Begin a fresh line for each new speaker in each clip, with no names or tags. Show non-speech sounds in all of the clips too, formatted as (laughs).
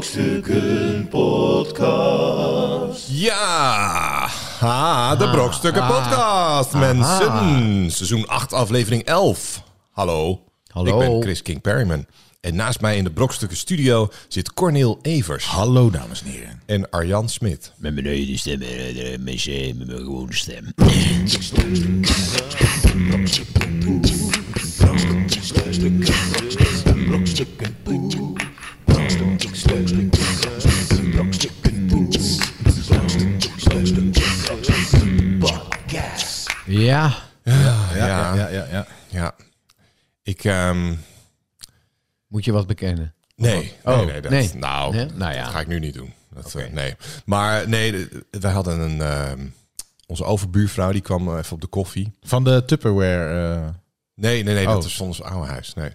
Brokstukken Podcast.
Ja, ha,
Ah.
de Brokstukken Podcast, mensen. Seizoen 8, aflevering 11. Hallo.
Hallo.
Ik ben Chris King Perryman. En naast mij in de Brokstukken Studio zit Corneel Evers
Hallo dames en heren.
en Arjan Smit.
Met mijn eigen stem
eh,
en met mijn gewone
(laughs)
stem. Ja.
Ja, ja, ja.
ja, ja.
Ik, ehm,
Moet je wat bekennen? Oh.
nee, nee, nee, dat,
nee.
Nou,
Nee? Nou ja.
dat ga ik nu niet doen. Dat, eh, nee. Maar nee, de- wij hadden een... ehm, onze overbuurvrouw, die kwam eh, even op de koffie.
Van de Tupperware. eh,
Nee, nee, nee, dat
Oh.
is soms oude huis. Nee,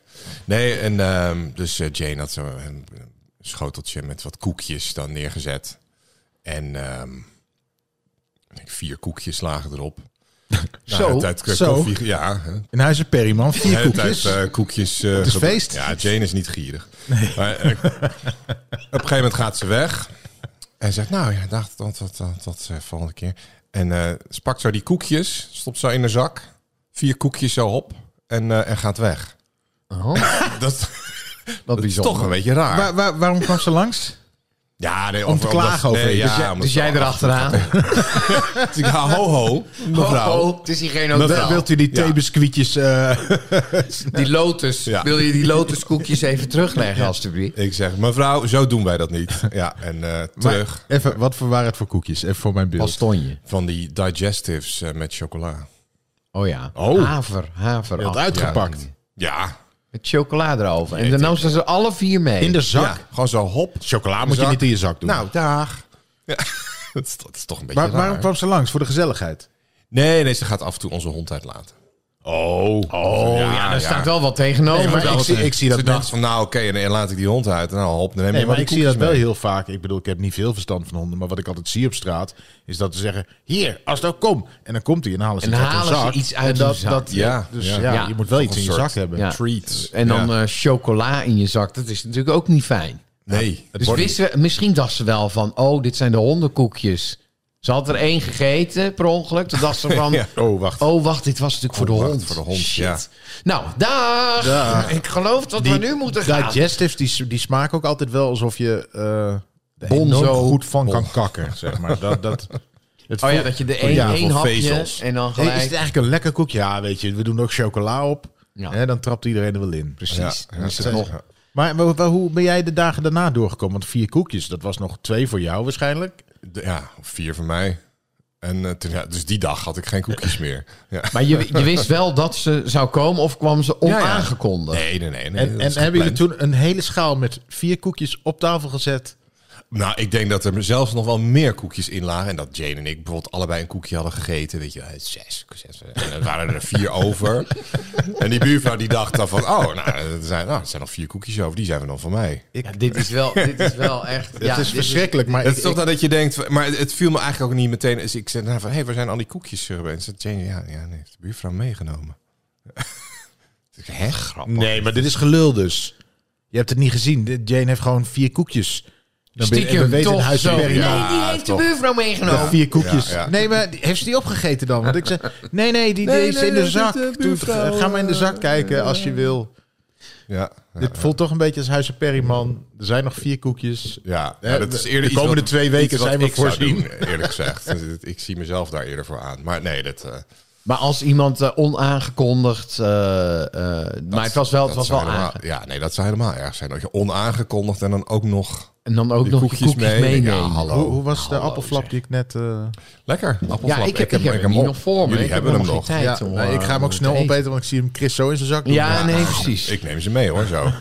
nee en ehm, dus eh, Jane had zo een schoteltje met wat koekjes dan neergezet. En ehm, ik denk vier koekjes lagen
(laughs)
erop. Nou,
Zo,
de tijd, eh,
zo.
koffie, ja, hè.
in huis een Perryman. Vier
de hele
koekjes.
tijd eh, koekjes. eh,
Het is
gebe-
feest.
Ja, Jane is niet gierig. Maar, eh, op een gegeven moment gaat ze weg. En zegt, nou ja, dacht dat, dat, dat, dat eh, volgende keer. En eh ze pakt zo die koekjes, stopt zo in haar zak. Vier koekjes zo op en, eh, en gaat weg.
Oh,
(laughs) Dat,
wat
dat is
bijzonder.
toch een beetje raar.
Waar- waar- waarom kwam ze langs?
ja, nee,
om te klagen over je. Dus jij-
omdat
Dus
ze-
jij erachteraan.
Ik ga, ho, (laughs) ho, mevrouw.
Oh, het is hier geen
Mevrouw,
hotel.
wilt u die theebiscuitjes... eh,
Die lotus.
Ja.
Wil je die lotuskoekjes even terugleggen, alstublieft?
Ik zeg, mevrouw, zo doen wij dat
(laughs)
niet. Ja, en eh, (laughs) terug
even, wat voor waren het voor koekjes? Even voor mijn beeld.
Bastonje.
van die digestives eh, met chocola.
Oh ja.
Oh.
Haver, haver.
Je had
achter.
uitgepakt.
Ja,
Met chocolade erover. En dan nam ze ze alle vier mee.
In de zak.
ja, gewoon zo hop.
Chocola moet
Zak.
je niet in je zak doen.
Nou, dag. Ja, (laughs) dat, is, dat is toch een beetje
Waar-
raar.
waarom kwam ze langs? Voor de gezelligheid?
Nee, nee, ze gaat af en toe onze hond uitlaten.
Oh.
Oh ja,
Ah,
daar staat wel wat tegenover.
Nee, maar
dan.
ik zie, ik zie dat
Ze dacht
mensen-
van, nou oké, en dan laat ik die hond uit. Nou, hop, dan neem je
Nee,
maar
maar
die
ik zie dat
koekjes
wel
mee.
heel vaak. Ik bedoel, ik heb niet veel verstand van honden. Maar wat ik altijd zie op straat, is dat ze zeggen... Hier, als dat kom. En dan komt hij en dan halen ze
En
iets uit hun
halen ze
zak.
iets uit
En dat,
hun zak.
dat-
Ja,
Dus
ja.
ja,
Ja.
je moet wel iets in je
soort-
zak hebben.
Ja.
Treats.
En dan
Ja.
eh, chocola in je zak, dat is natuurlijk ook niet fijn.
nee.
Dus wisten we, misschien dacht ze wel van, oh, dit zijn de hondenkoekjes. Ze had er één gegeten, per ongeluk. Toen dacht ze van,
Ja.
Oh, wacht.
oh, wacht, dit was natuurlijk voor de
wacht,
hond.
voor de hond,
Shit.
ja.
Nou, dag! Ik geloof dat we nu moeten gaan.
digestives, die, die smaken ook altijd wel alsof je eh er
Bonzo.
enorm goed van kan kakken, zeg maar. Dat, dat, (laughs) het
Oh ja,
voelt-
dat je de één,
Ja,
één
voor
hapje
vezels.
en dan
Hey, is
gelijk...
het eigenlijk een lekker koekje? Ja, weet je, we doen ook chocola op.
Ja.
Hè, dan trapt iedereen er wel in.
Precies,
Ja,
dan is
ja,
het
ja.
nog...
Maar, maar hoe- hoe ben jij de dagen daarna doorgekomen? Want vier koekjes, dat was nog twee voor jou waarschijnlijk.
De- ja, vier van mij. En eh, toen- ja, dus die dag had ik geen koekjes meer. Ja.
Maar je, je wist wel dat ze zou komen of kwam
(laughs)
ze
ja.
onaangekondigd?
Nee, nee, nee. nee
En,
dat
en
is
hebben jullie
gepland.
toen een hele schaal met vier koekjes op tafel gezet?
Nou, ik denk dat er zelfs nog wel meer koekjes in lagen. En dat Jane en ik bijvoorbeeld allebei een koekje hadden gegeten. Weet je, eh, zes. zes eh, en er waren er vier (laughs) over. En die buurvrouw die dacht dan van... Oh, nou er, zijn, nou, er zijn nog vier koekjes over. Die zijn we dan van mij.
Ja, dit, is wel, dit is
(laughs)
wel echt... ja,
het is
dit
verschrikkelijk, maar
Het is
ik,
toch dat je denkt... Maar het, het viel me eigenlijk ook niet meteen. Dus ik zei nou, van... Hé, hey, waar zijn al die koekjes? eh, En zei Jane... Ja, ja nee, heeft de buurvrouw meegenomen. (laughs) Ik zei, Hè, grappig.
Nee, maar dit is gelul dus. Je hebt het niet gezien. De- Jane heeft gewoon vier koekjes. Dan ben je- we
Stiekem
weten
toch
in huis
zo.
van Perry-
Ja,
nee, die heeft
toch.
de buurvrouw meegenomen.
Ja, Vier koekjes.
Ja, ja.
Nee, maar die- heeft ze die opgegeten dan? Want ik zei, nee, nee, die, die
Nee,
is
nee,
in de
dat is
zak.
de
Doe- eh,
buurvrouw,
ga maar in de zak kijken als je wil.
Ja, ja.
Dit voelt toch een beetje als Huizen Perryman. Er zijn nog vier koekjes.
Ja,
Hè,
maar dat is eerder
de
iets
komende
wat-
twee
iets
weken
wat
zijn we
ik zou
voorzien.
doen, (laughs) eerlijk gezegd. Dus het- ik zie mezelf daar eerder voor aan. Maar nee, dat... eh,
Maar als iemand eh, onaangekondigd. eh, eh, maar het was wel, het
Dat
was wel
zou helemaal-
aange-
Ja, nee, dat zou helemaal erg zijn. Dat je onaangekondigd en dan ook nog
En dan ook
die
nog
koekjes,
je koekjes
mee.
meenemen.
Ja, hallo.
Hoe, hoe was de
Hallo,
appelflap
zeg.
die ik net... eh,
Lekker.
Ja, ik heb, ik heb, hem
op.
niet nog voor me.
Jullie
Ik heb
hebben hem nog.
geen
ja,
tijd om,
nou, ik ga hem
eh,
ook snel
te eten.
opeten, want ik zie hem Chris zo in zijn zak doen.
Ja, nee, precies.
Ik neem ze mee hoor, zo.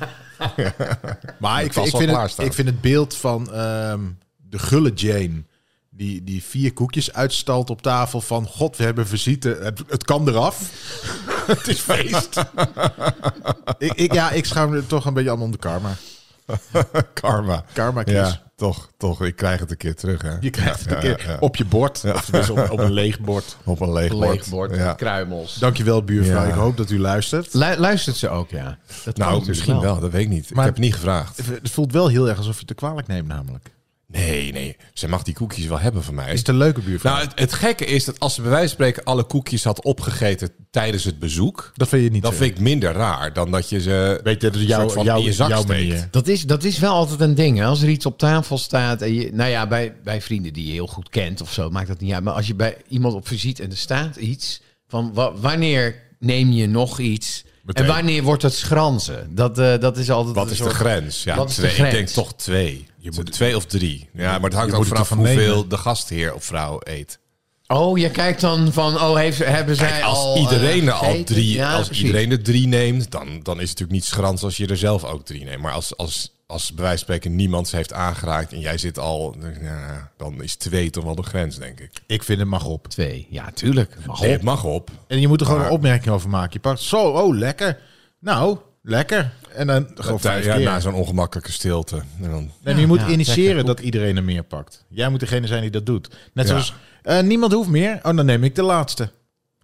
Maar
was
ik, ik,
wel
vind het,
klaarstaan.
ik vind het beeld van ehm, de gulle Jane... Die, die vier koekjes uitstalt op tafel van... God, we hebben visite. Het, het kan eraf. (laughs) het is
(laughs)
feest. ik, ik, ja, ik schaam me toch een beetje allemaal om de karma.
Karma.
Karma, Chris.
Ja. Toch, toch. Ik krijg het een keer terug, hè?
Je krijgt het een
Ja,
keer
ja, ja.
op je bord. Of tenminste op, op een leeg bord.
Op een leeg bord.
Leeg bord,
Ja.
kruimels.
Dankjewel, buurvrouw.
Ja.
Ik hoop dat u luistert.
Lu- luistert ze ook, ja. Dat kan
Nou,
natuurlijk
misschien wel. Dat weet ik niet.
Maar-
ik heb het niet gevraagd.
Het voelt wel heel erg alsof je het te kwalijk neemt namelijk.
Nee, nee. Ze mag die koekjes wel hebben van mij.
Is het een leuke buurvrouw?
Nou, het, het gekke is dat als ze bij wijze van spreken alle koekjes had opgegeten tijdens het bezoek,
dat vind je niet
dat
zo.
vind ik minder raar dan dat je ze
Weet je, dat is
een soort
jouw,
van
jouw,
in je zak
jouw
steekt.
manier.
Dat is, dat is wel altijd een ding. Hè? Als er iets op tafel staat. En je, nou ja, bij, bij vrienden die je heel goed kent of zo, maakt dat niet uit. Maar als je bij iemand op visite en er staat iets. van wa- wanneer neem je nog iets?
Meteen.
En wanneer wordt het schranzen? Dat, eh, dat is altijd.
Wat
een
is de
soort-
grens? Ja,
Wat is de
twee.
grens?
Ik denk toch twee. Je moet twee of drie. Ja, maar het hangt
je
ook
moet het
vanaf
ervan
hoeveel
nemen.
de gastheer of vrouw eet.
Oh, je kijkt dan van. Oh, heeft, hebben zij
Kijk, als
al.
iedereen er
eh,
al
gegeten?
drie,
Ja,
als
precies.
iedereen er drie neemt, dan, dan is het natuurlijk niet schrans als je er zelf ook drie neemt. Maar als, als, als bij wijze van spreken niemand ze heeft aangeraakt en jij zit al, ja, dan is twee toch wel de grens, denk ik.
Ik vind het mag op.
Twee. Ja, tuurlijk. Mag
Nee,
op.
het mag op.
En je moet er gewoon een opmerking over maken. Je pakt zo, oh, lekker. Nou, lekker. En dan gewoon
Ja,
vijf
eh, ja,
keer.
na zo'n ongemakkelijke stilte. En dan,
Nee, maar je moet
Ja,
initiëren
lekker.
dat iedereen er meer pakt. Jij moet degene zijn die dat doet. Net
Ja.
zoals, eh, niemand hoeft meer. Oh, dan neem ik de laatste. Kun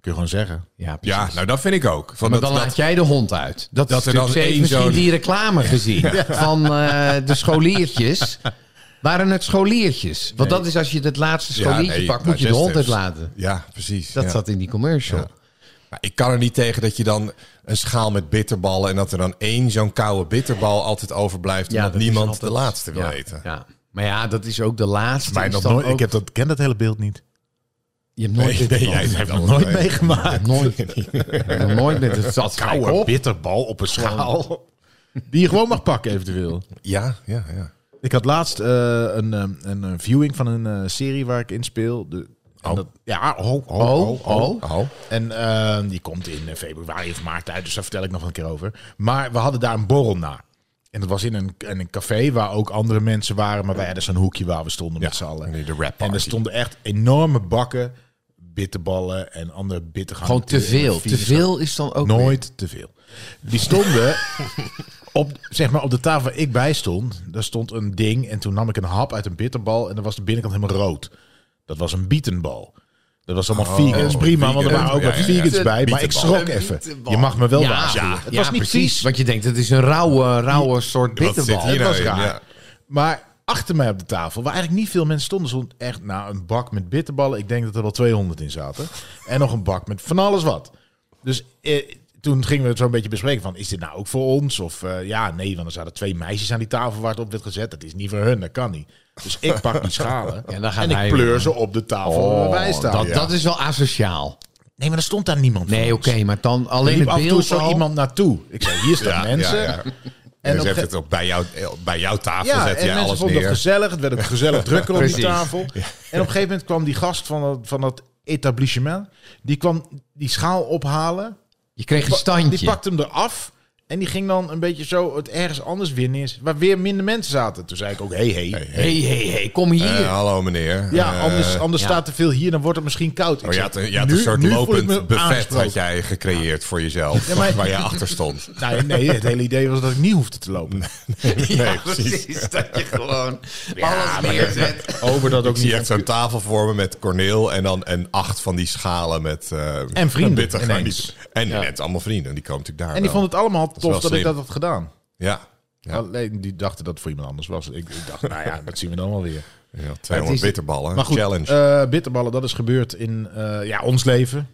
je gewoon zeggen.
Ja, precies.
ja, nou dat vind ik ook. Van
Maar
dat,
dan
dat-
laat jij de hond uit. Dat,
Dat
is
er
natuurlijk
dan
zeker
één
misschien
zo'n-
die reclame gezien van eh, de scholiertjes. Waren het scholiertjes? Want dat is als je het laatste
Ja,
scholiertje
nee,
pakt,
nou,
moet je de hond
zestips.
uitlaten.
Ja, precies.
Dat
ja.
zat in die commercial.
Maar ik kan er niet tegen dat je dan een schaal met bitterballen... en dat er dan één zo'n koude bitterbal altijd overblijft...
Ja,
omdat
dat is
niemand
altijd-
de laatste wil
ja,
eten.
Ja. Maar ja, dat is ook de laatste.
Maar
is
nog
dan
nooit,
ook-
ik heb dat, ken dat hele beeld niet.
je hebt
Nee,
nooit dit
nee, jij (laughs)
gehad.
hebt
Nog nooit meegemaakt.
Nooit. (laughs) Je hebt nog nooit met het zat gelijk
Oude
op.
bitterbal op een schaal. Die je gewoon mag pakken eventueel.
Ja, ja, ja.
Ik had laatst eh, een, ehm, een, eh, viewing van een eh, serie waar ik in speel. De, en
Oh.
dat- ja, ho, ho, ho,
Oh,
ho.
oh.
Oh,
En ehm, die komt in eh, februari of maart uit, dus daar vertel ik nog een keer over. Maar we hadden daar een borrel na. En dat was in een, in een café waar ook andere mensen waren. Maar wij hadden zo'n hoekje waar we stonden
ja.
met z'n allen.
Nee, de rap
En er stonden echt enorme bakken bitterballen en andere bittergangen.
Gewoon te veel. Te veel is dan ook. weer-
Nooit te veel. Die stonden
(laughs)
op, zeg maar, op de tafel waar ik bij stond. Daar stond een ding en toen nam ik een hap uit een bitterbal en dan was de binnenkant helemaal rood. Dat was een bietenbal. Dat was allemaal
Oh,
vegan. Dat is prima, want er
vegan.
waren ook
Ja,
wat
ja, ja.
vegans bij. Maar ik
Bietenbal.
schrok even. Je mag me wel
ja,
waarschuwen.
Ja,
Het was niet
precies.
precies.
Want je denkt, het is een rauwe, rauwe soort bitterbal.
hier
Het was
nou in,
raar.
ja.
Maar achter mij op de tafel, waar eigenlijk niet veel mensen stonden, stond echt nou, een bak met bitterballen. Ik denk dat er wel 200 in zaten. En nog een bak met van alles wat. Dus eh, toen gingen we het zo'n beetje bespreken van, is dit nou ook voor ons? Of eh, ja, nee, want er zaten twee meisjes aan die tafel waar het op werd gezet. Dat is niet voor hun, dat kan niet. Dus ik pak die schalen
(laughs) Ja, dan gaat
en ik
hij
pleur
weer.
ze op de tafel waar
Oh,
wij staan.
dat,
Nou Ja.
dat is wel asociaal.
Nee, maar er stond daar niemand van
Nee,
ons.
oké, maar dan
Er
alleen
liep
het
af en toe
beeld
zo
al.
iemand naartoe. Ik zei, hier staan
Ja,
mensen.
ja, ja. En
En op
ze heeft
een ge-
het ook bij, jou, bij jouw tafel,
Ja,
zet
en
jij
mensen
alles
vonden
neer.
dat gezellig. Het werd ook
(laughs)
gezellig drukker op die
Precies.
tafel. En op een gegeven moment kwam die gast van dat, van dat etablissement... die kwam die schaal ophalen.
Je kreeg een
Die
standje.
pakte hem eraf. En die ging dan een beetje zo het ergens anders weer neer... waar weer minder mensen zaten. Toen zei ik ook, hey, hey.
Hé, hé, hé, kom hier.
Eh, hallo meneer.
Ja,
Eh,
anders, anders
ja.
staat te veel hier, dan wordt het misschien koud. Ik
Oh, je
zei,
had, een- je had
nu-
een soort
nu voel ik me
lopend buffet
aangesproken.
had jij gecreëerd voor jezelf,
maar-
waar je achter stond.
Nee, nee, het hele idee was dat ik niet hoefde te lopen.
Nee,
ja,
precies. (laughs)
precies. Dat je gewoon alles
maar-
neerzet.
Over dat
(laughs)
ook
Ik zie
niet.
echt zo'n tafel vormen met Corneel en dan en acht van die schalen met eh,
En
met
vrienden
bitter-
ineens.
En net allemaal vrienden. Die komen natuurlijk daar.
En die
wel.
vond het allemaal
wel
tof dat, ik
slim.
dat had gedaan.
Ja. Ja.
Alleen die dachten dat het voor iemand anders was. Ik, ik dacht, nou ja, dat zien we dan wel weer.
ja,
Het
200
is-
bitterballen.
Maar goed,
Challenge.
eh, bitterballen, dat is gebeurd in eh, ja, ons leven.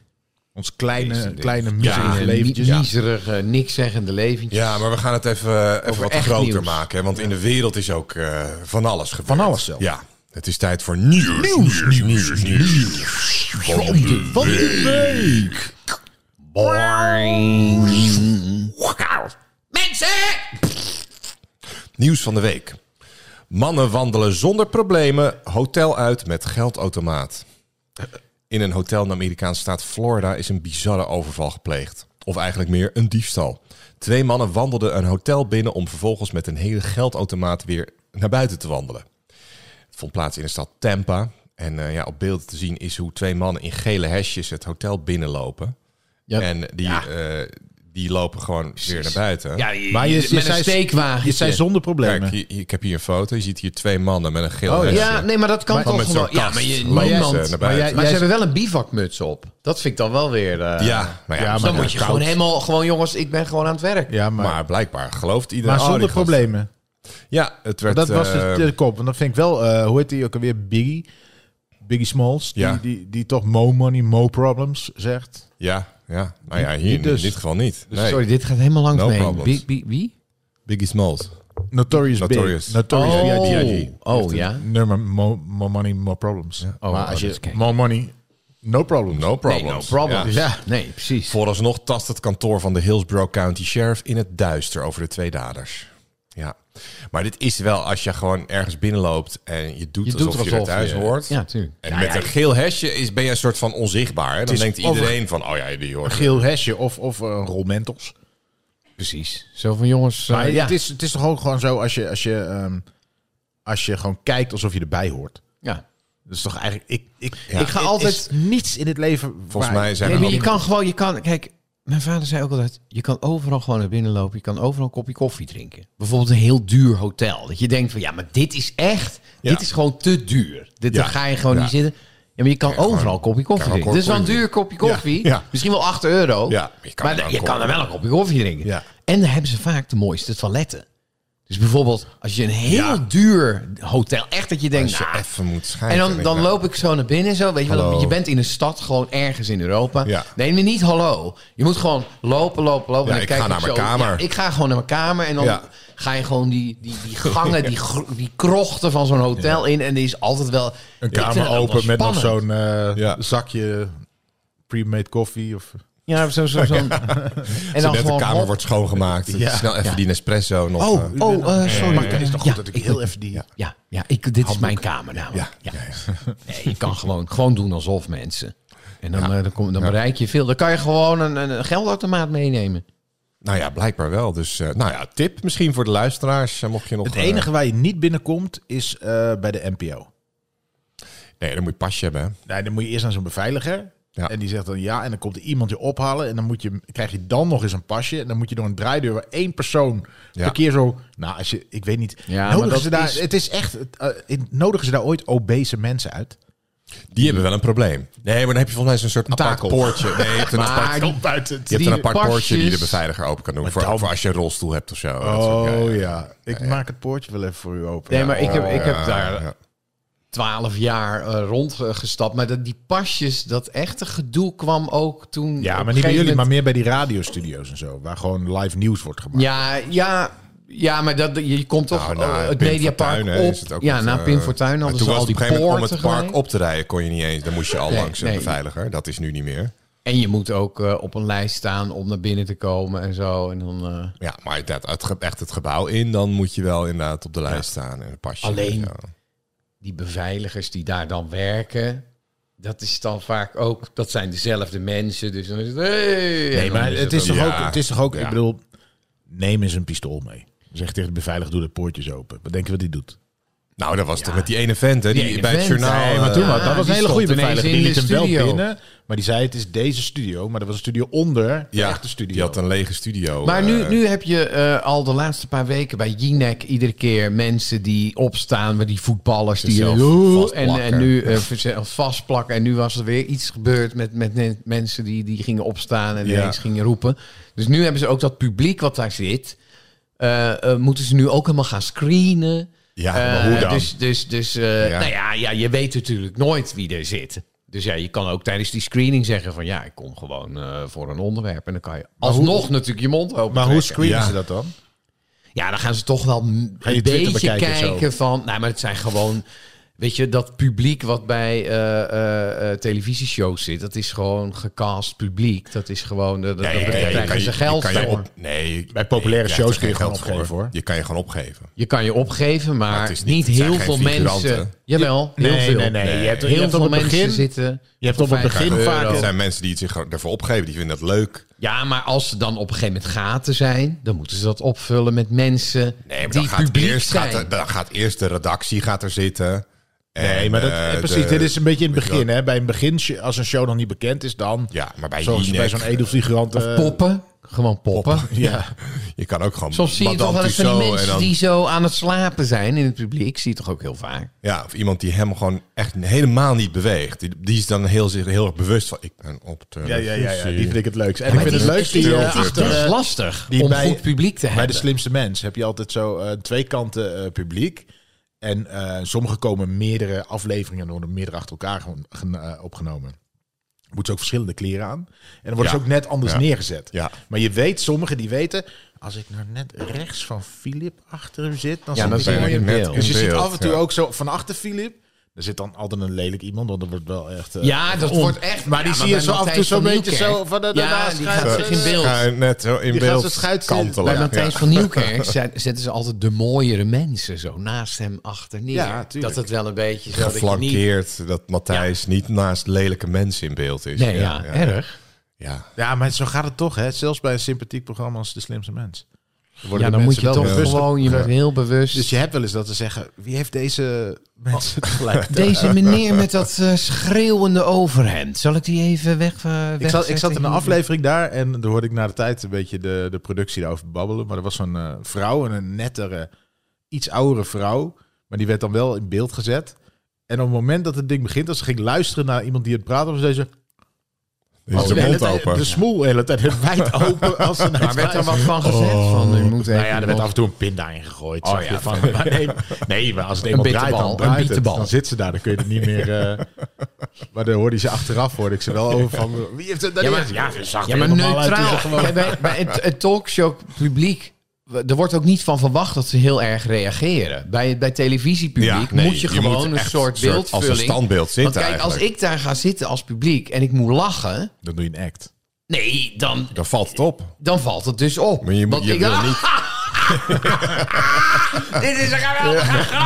Ons kleine,
Deze
kleine
Ja,
miserige
Ja,
leventjes.
mi- Miserige, nikszeggende leventjes.
ja, maar we gaan het even, even
Over
wat
echt
groter
nieuws.
maken. Hè? Want in de wereld is ook eh, van alles gebeurd.
Van alles zelfs.
Ja. Het is tijd voor nieuws. Nieuws, nieuws, nieuws. Van de week.
Mensen!
Nieuws van de week. Mannen wandelen zonder problemen hotel uit met geldautomaat. In een hotel in de Amerikaanse staat Florida is een bizarre overval gepleegd. Of eigenlijk meer een diefstal. Twee mannen wandelden een hotel binnen om vervolgens met een hele geldautomaat weer naar buiten te wandelen. Het vond plaats in de stad Tampa. En eh, ja, op beelden te zien is hoe twee mannen in gele hesjes het hotel binnenlopen.
Ja.
En die, eh, die lopen gewoon weer naar buiten.
Ja, je,
Maar
maar
je-
je,
je
met
zei-
een steekwagen.
Je zei zonder
Kijk,
problemen.
hier- hier- ik heb hier een foto. Je ziet hier twee mannen met een geel
Oh, ja.
hesje.
ja, nee, maar dat kan
Gewoon
toch
met zo'n
gewoon.
kast.
Ja, maar je,
lopen ze
niemand.
naar
Maar,
buiten.
jij-
ze hebben wel een bivakmuts op. Dat vind ik dan wel weer. eh,
ja, maar ja,
Ja,
maar,
maar-
Dan moet je
koud.
gewoon helemaal, gewoon jongens, ik ben gewoon aan het werk.
ja, maar, maar,
blijkbaar gelooft iedereen. oh,
zonder
die gast-
problemen.
Ja, het werd...
dat was
eh,
dus de kop. En dat vind ik wel, eh, hoe heet die ook alweer? Biggie. Biggie Smalls. Die,
Ja.
die, die toch mo money, mo problems zegt.
Ja, ja. Nou ja, hier
Niet
in
dus.
dit geval niet. Nee.
Sorry, dit gaat helemaal langs
No
mee.
problems.
Wie? wie, wie?
Biggie Smalls.
Notorious,
Notorious.
Big. Notorious
Oh.
B.I.G.
Oh,
Heeft een
ja.
Nummer mo, Mo money, mo problems.
Oh,
maar als
oh,
je
dus kijk.
mo money, no problems.
No problems.
Nee, no problems.
Ja.
Ja.
Nee, precies.
Vooralsnog tast het kantoor van de Hillsborough County Sheriff in het duister over de twee daders. Ja, maar dit is wel als je gewoon ergens binnenloopt en je doet
Je
alsof,
doet
je er
alsof
thuis
je-
hoort.
Ja, tuurlijk.
En met een geel hesje is, ben je een soort van onzichtbaar. Hè? Dan
is
denkt
over-
iedereen van, oh ja, die hoort.
Geel hesje of, of een rolmentels.
Precies. Zo van jongens. eh,
Maar
ja.
het, is, het is toch ook gewoon zo als je, als, je, ehm, als je gewoon kijkt alsof je erbij hoort.
ja.
Dat is toch eigenlijk... Ik, ik,
Ja.
ik ga
Er is
altijd niets in het leven...
Volgens mij zijn
Nee,
er
maar
ook-
je kan gewoon, je kan, kijk, mijn vader zei ook altijd, je kan overal gewoon naar binnen lopen, je kan overal een kopje koffie drinken. Bijvoorbeeld een heel duur hotel, dat je denkt van, ja, maar dit is echt,
Ja.
dit is gewoon te duur. Dit,
Ja.
Daar ga je gewoon
Ja.
niet zitten. Ja, maar je kan overal een kopje koffie
kan ook
drinken. Dit is wel een
koffie
duur kopje koffie,
Ja. Ja.
misschien wel 8 euro,
Ja, maar je kan
maar
er wel
je
een
kan er wel een kopje koffie drinken.
Ja.
En daar hebben ze vaak de mooiste toiletten. Dus bijvoorbeeld, als je een heel
Ja.
duur hotel, echt dat je denkt,
Als je
nou,
even moet
en
schijnen.
dan, dan loop ik zo naar binnen, zo. Weet je, wel,
Hallo.
je bent in een stad, gewoon ergens in Europa.
Ja.
Nee, maar niet hallo. Je moet gewoon lopen, lopen, lopen.
Ja,
en dan
ik
kijk
ga naar
ik
mijn
zo-
kamer.
Ja, ik ga gewoon naar mijn kamer. En dan
Ja.
ga je gewoon die, die, die gangen, die, gro- die krochten van zo'n hotel in. En die is altijd wel...
Een
Ik vind
kamer
dat
open
wel
met nog zo'n
spannend.
eh,
Ja.
zakje pre-made koffie. Of,
Ja, zo'n... Zo, zo, en dan
Net de
gewoon...
kamer
hop.
wordt schoongemaakt.
Ja.
Snel even die Nespresso nog.
Oh,
eh,
oh, eh, sorry.
Maar dat is toch goed
Ja,
dat ik heel even die...
Ja, ja ik, dit is mijn kamer namelijk. Ja. Nee, je kan (laughs) gewoon, gewoon doen alsof mensen. En dan, eh, dan, kom, dan bereik je veel. Dan kan je gewoon een, een, een geldautomaat meenemen.
Nou ja, blijkbaar wel. Dus eh, nou ja, tip misschien voor de luisteraars. eh, Mocht je nog,
Het
eh,
enige waar je niet binnenkomt is eh, bij de NPO.
eh, nee, dan moet je pasje hebben. hè.
Nee, dan moet je eerst naar zo'n beveiliger.
Ja.
En die zegt dan ja. En dan komt er iemand je ophalen. En dan moet je, krijg je dan nog eens een pasje. En dan moet je door een draaideur waar één persoon
Ja.
per keer zo... Nou, als je, ik weet niet.
Ja, maar
nodigen
dat
ze daar,
is-
Het is echt... het, eh, in- nodigen ze daar ooit obese mensen uit?
Die hebben wel een probleem. Nee, maar dan heb je volgens mij zo'n soort apart
takel.
poortje.
(laughs)
Nee, je hebt een apart,
die-
buiten.
je hebt een
die
apart poortje die de
pasjes-
beveiliger open kan doen. Voor, voor als je een rolstoel hebt of zo. Dat soort- ja, ja.
Oh ja. Ik maak het poortje wel even voor u open.
Nee, maar ik heb, ik heb
Ja,
daar
ja.
twaalf jaar eh, rondgestapt. Maar dat, die pasjes, dat echte gedoe kwam ook toen... op
Ja,
een
maar niet bij
gegeven
jullie, maar
moment-
meer bij die radiostudio's en zo. Waar gewoon live nieuws wordt gemaakt.
Ja, ja... Ja, maar dat, je komt toch
Nou, na
eh, het
Pim
Mediapark
Fortuyn, hè,
op.
is het ook
ja,
wat,
na
eh,
Pim Fortuyn
maar
hadden
toen
ze
was het
al die
op een gegeven moment om
poorten
het park
gelijk.
op te rijden kon je niet eens. Dan moest je al
Nee,
langs een
nee.
beveiliger. Dat is nu niet meer.
En je moet ook eh, op een lijst staan om naar binnen te komen en zo. En dan, eh,
Ja, maar dat, het, ge- echt het gebouw in, dan moet je wel inderdaad op de lijst staan en een pasje.
Alleen-
en zo.
die beveiligers die daar dan werken, dat is dan vaak ook, dat zijn dezelfde mensen. Dus dan is het, hey, en
Nee,
dan
maar
is
het is,
dan-
toch
Ja.
ook, het is toch ook,
Ja.
ik bedoel, neem eens een pistool mee. Zeg tegen de beveiliger, doe de poortjes open. Wat denk je wat die doet?
Nou, dat was toch met die ene vent, hè? Die,
ene
bij het
vent.
journaal.
Nee, maar
eh,
toen was-
Maar Nou, dat was
die
een hele goede
stond
beveiliger. Ah, Die
ineens
liet
in
hem wel
de studio.
binnen, maar die zei het is deze studio. Maar dat was een studio onder de
ja,
echte studio.
Die had een lege studio.
Maar nu,
eh,
nu heb je eh, al de laatste paar weken bij Jinek iedere keer mensen die opstaan, maar die voetballers die
Zichzelf
eh, en,
vastplakken.
en nu eh, verzelf- vastplakken. En nu was er weer iets gebeurd met, met ne- mensen die, die gingen opstaan en
Ja.
ineens gingen roepen. Dus nu hebben ze ook dat publiek wat daar zit. eh, eh, moeten ze nu ook helemaal gaan screenen?
Ja,
Eh,
maar hoe dan?
Dus, dus, dus eh,
Ja.
Nou ja, ja, je weet natuurlijk nooit wie er zit. Dus ja, je kan ook tijdens die screening zeggen van ja, ik kom gewoon eh, voor een onderwerp. En dan kan je alsnog natuurlijk je mond open
maar hoe
trekken.
screenen
Ja.
ze dat dan?
Ja, dan gaan ze toch wel een
Ga je Twitter
beetje
bekijken of zo?
kijken van... Nou, maar het zijn gewoon... Weet je, dat publiek wat bij eh, eh, eh, televisieshows zit... dat is gewoon gecast publiek. Dat is gewoon... eh, dat-
Nee,
dat- daar
nee,
krijgen ze geld
kan je
voor.
op- nee,
Bij populaire
krijgt er
shows kun je
geen
gewoon opgeven, hoor.
Je kan je gewoon opgeven.
Je kan je opgeven, maar,
het is
niet,
niet- het zijn
heel
geen
veel
figuranten.
mensen... Jawel, heel
nee,
veel.
nee, nee, Je hebt, je
Heel
hebt op het
veel mensen
begin,
zitten...
je hebt op het
voor
begin
50
vaak-
euro.
Er zijn mensen die het zich gewoon ervoor opgeven. Die vinden dat leuk.
Ja, maar als ze dan op een gegeven moment gaten zijn... dan moeten ze dat opvullen met mensen
Nee, maar
die
dan gaat,
publiek
eerst,
zijn.
gaat, de- dan gaat eerst de redactie gaat er zitten. En,
Nee, maar dat,
eh,
precies,
de-
dit is een beetje in het
weet je
begin. Hè? Bij een begin, als een show nog niet bekend is, dan...
Ja, maar bij
zoals
Jinek,
bij zo'n edelfigurant... eh,
Poppen. Gewoon poppen.
Ja.
(laughs) Je kan ook gewoon
Soms zie je toch
Madame
wel eens van die
Tussauds
mensen
en dan-
die zo aan het slapen zijn in het publiek. Zie je toch ook heel vaak.
Ja, of iemand die helemaal gewoon echt helemaal niet beweegt. Die, die is dan heel, zich heel erg bewust van, ik ben op de...
eh, Ja, ja, ja, ja, die vind ik het leukst. En
Maar
ik vind het
het
leukst
is-
die eh,
het is-
achter...
het
Dat
eh,
is lastig
die
om
bij-
goed publiek te
Bij
hebben.
de slimste mens heb je altijd zo eh, twee kanten eh, publiek. En eh, sommige komen meerdere afleveringen en worden meerdere achter elkaar gewoon gen- eh, opgenomen. Moeten ze ook verschillende kleren aan. En dan worden
Ja.
ze ook net anders
Ja.
neergezet.
Ja.
Maar je weet, sommigen die weten, als ik nou net rechts van Filip achter hem zit, dan
Ja,
zit
dan
ik
ben
mooi
ik
in
net
beeld.
in
Dus je ziet
beeld,
af en toe
ja.
ook zo van achter Filip. Er zit dan altijd een lelijk iemand, want dat wordt wel echt... eh,
Ja, dat
on-
wordt echt-
Maar die
ja,
zie
maar
je zo
bij
af en toe
Matthijs
zo'n
van
beetje
Nieuwkerk-
zo van... eh,
Ja,
daarnaast
die
gaat
gaat
ze-
zich in beeld.
Ja, net zo in
Die gaat
beeld
zijn schuit zien.
kantelen.
Bij
Ja,
Matthijs
ja.
van Nieuwkerk (laughs) zet- zetten ze altijd de mooiere mensen zo naast hem achter neer.
Ja, tuurlijk.
dat het wel een beetje zo dat je niet...
Geflankeerd dat Matthijs niet naast lelijke mensen in beeld is.
Nee, ja,
ja,
erg.
ja.
Ja, maar zo gaat het toch, hè? Zelfs bij een sympathiek programma als De Slimste Mens.
Ja, dan moet je toch
bewust
gewoon, je wordt heel bewust.
Dus je hebt wel eens dat ze zeggen, wie heeft
(laughs)
deze Oh, mensen tegelijk? (laughs)
Deze meneer met dat eh, schreeuwende overhemd. Zal ik die even weg... eh, (laughs)
Ik zat, ik
wegzetten
zat in een
hier?
aflevering daar en daar hoorde ik na de tijd een beetje de, de productie daarover babbelen. Maar er was zo'n eh, vrouw, en een nettere, iets oudere vrouw. Maar die werd dan wel in beeld gezet. En op het moment dat het ding begint, als ze ging luisteren naar iemand die het praat, was deze...
Is
de
de
hele
mond
tijd-
open.
De smoel de hele tijd
(laughs)
wijd open. Als ze naar
Maar
het
werd er
luisterde.
wat van gezegd? Van, u moet
Nou
even
ja, er werd
nog-
af en toe een pinda ingegooid.
Oh
zag je
ja.
van, maar (laughs) nee, nee, maar als het eenmaal draait,
bitterbal,
dan
een
draait het.
bitterbal.
Dan zit ze daar, dan kun je er niet meer... eh, (laughs) maar dan hoorde je ze achteraf, hoorde ik ze
Oh,
wel over van... Wie heeft het daar
Ja,
neer-
maar-
ze zag
Ja, maar
helemaal uit,
neutraal.
die zag gewoon-
Kijk, bij, bij het, het talkshow publiek... w- Er wordt ook niet van verwacht dat ze heel erg reageren. Bij, bij televisiepubliek
Ja, nee,
moet je
je moet
gewoon een
echt
soort
soort- als een
beeldvulling...
standbeeld zitten
Want kijk, als
eigenlijk.
ik daar ga zitten als publiek en ik moet lachen...
Dan doe je een act.
Nee, dan,
Dan valt het op.
dan valt het dus op.
Maar je, moet-
Want
je
ik-
wil
Ah,
niet...
(laughs) Dit is een geweldige grap.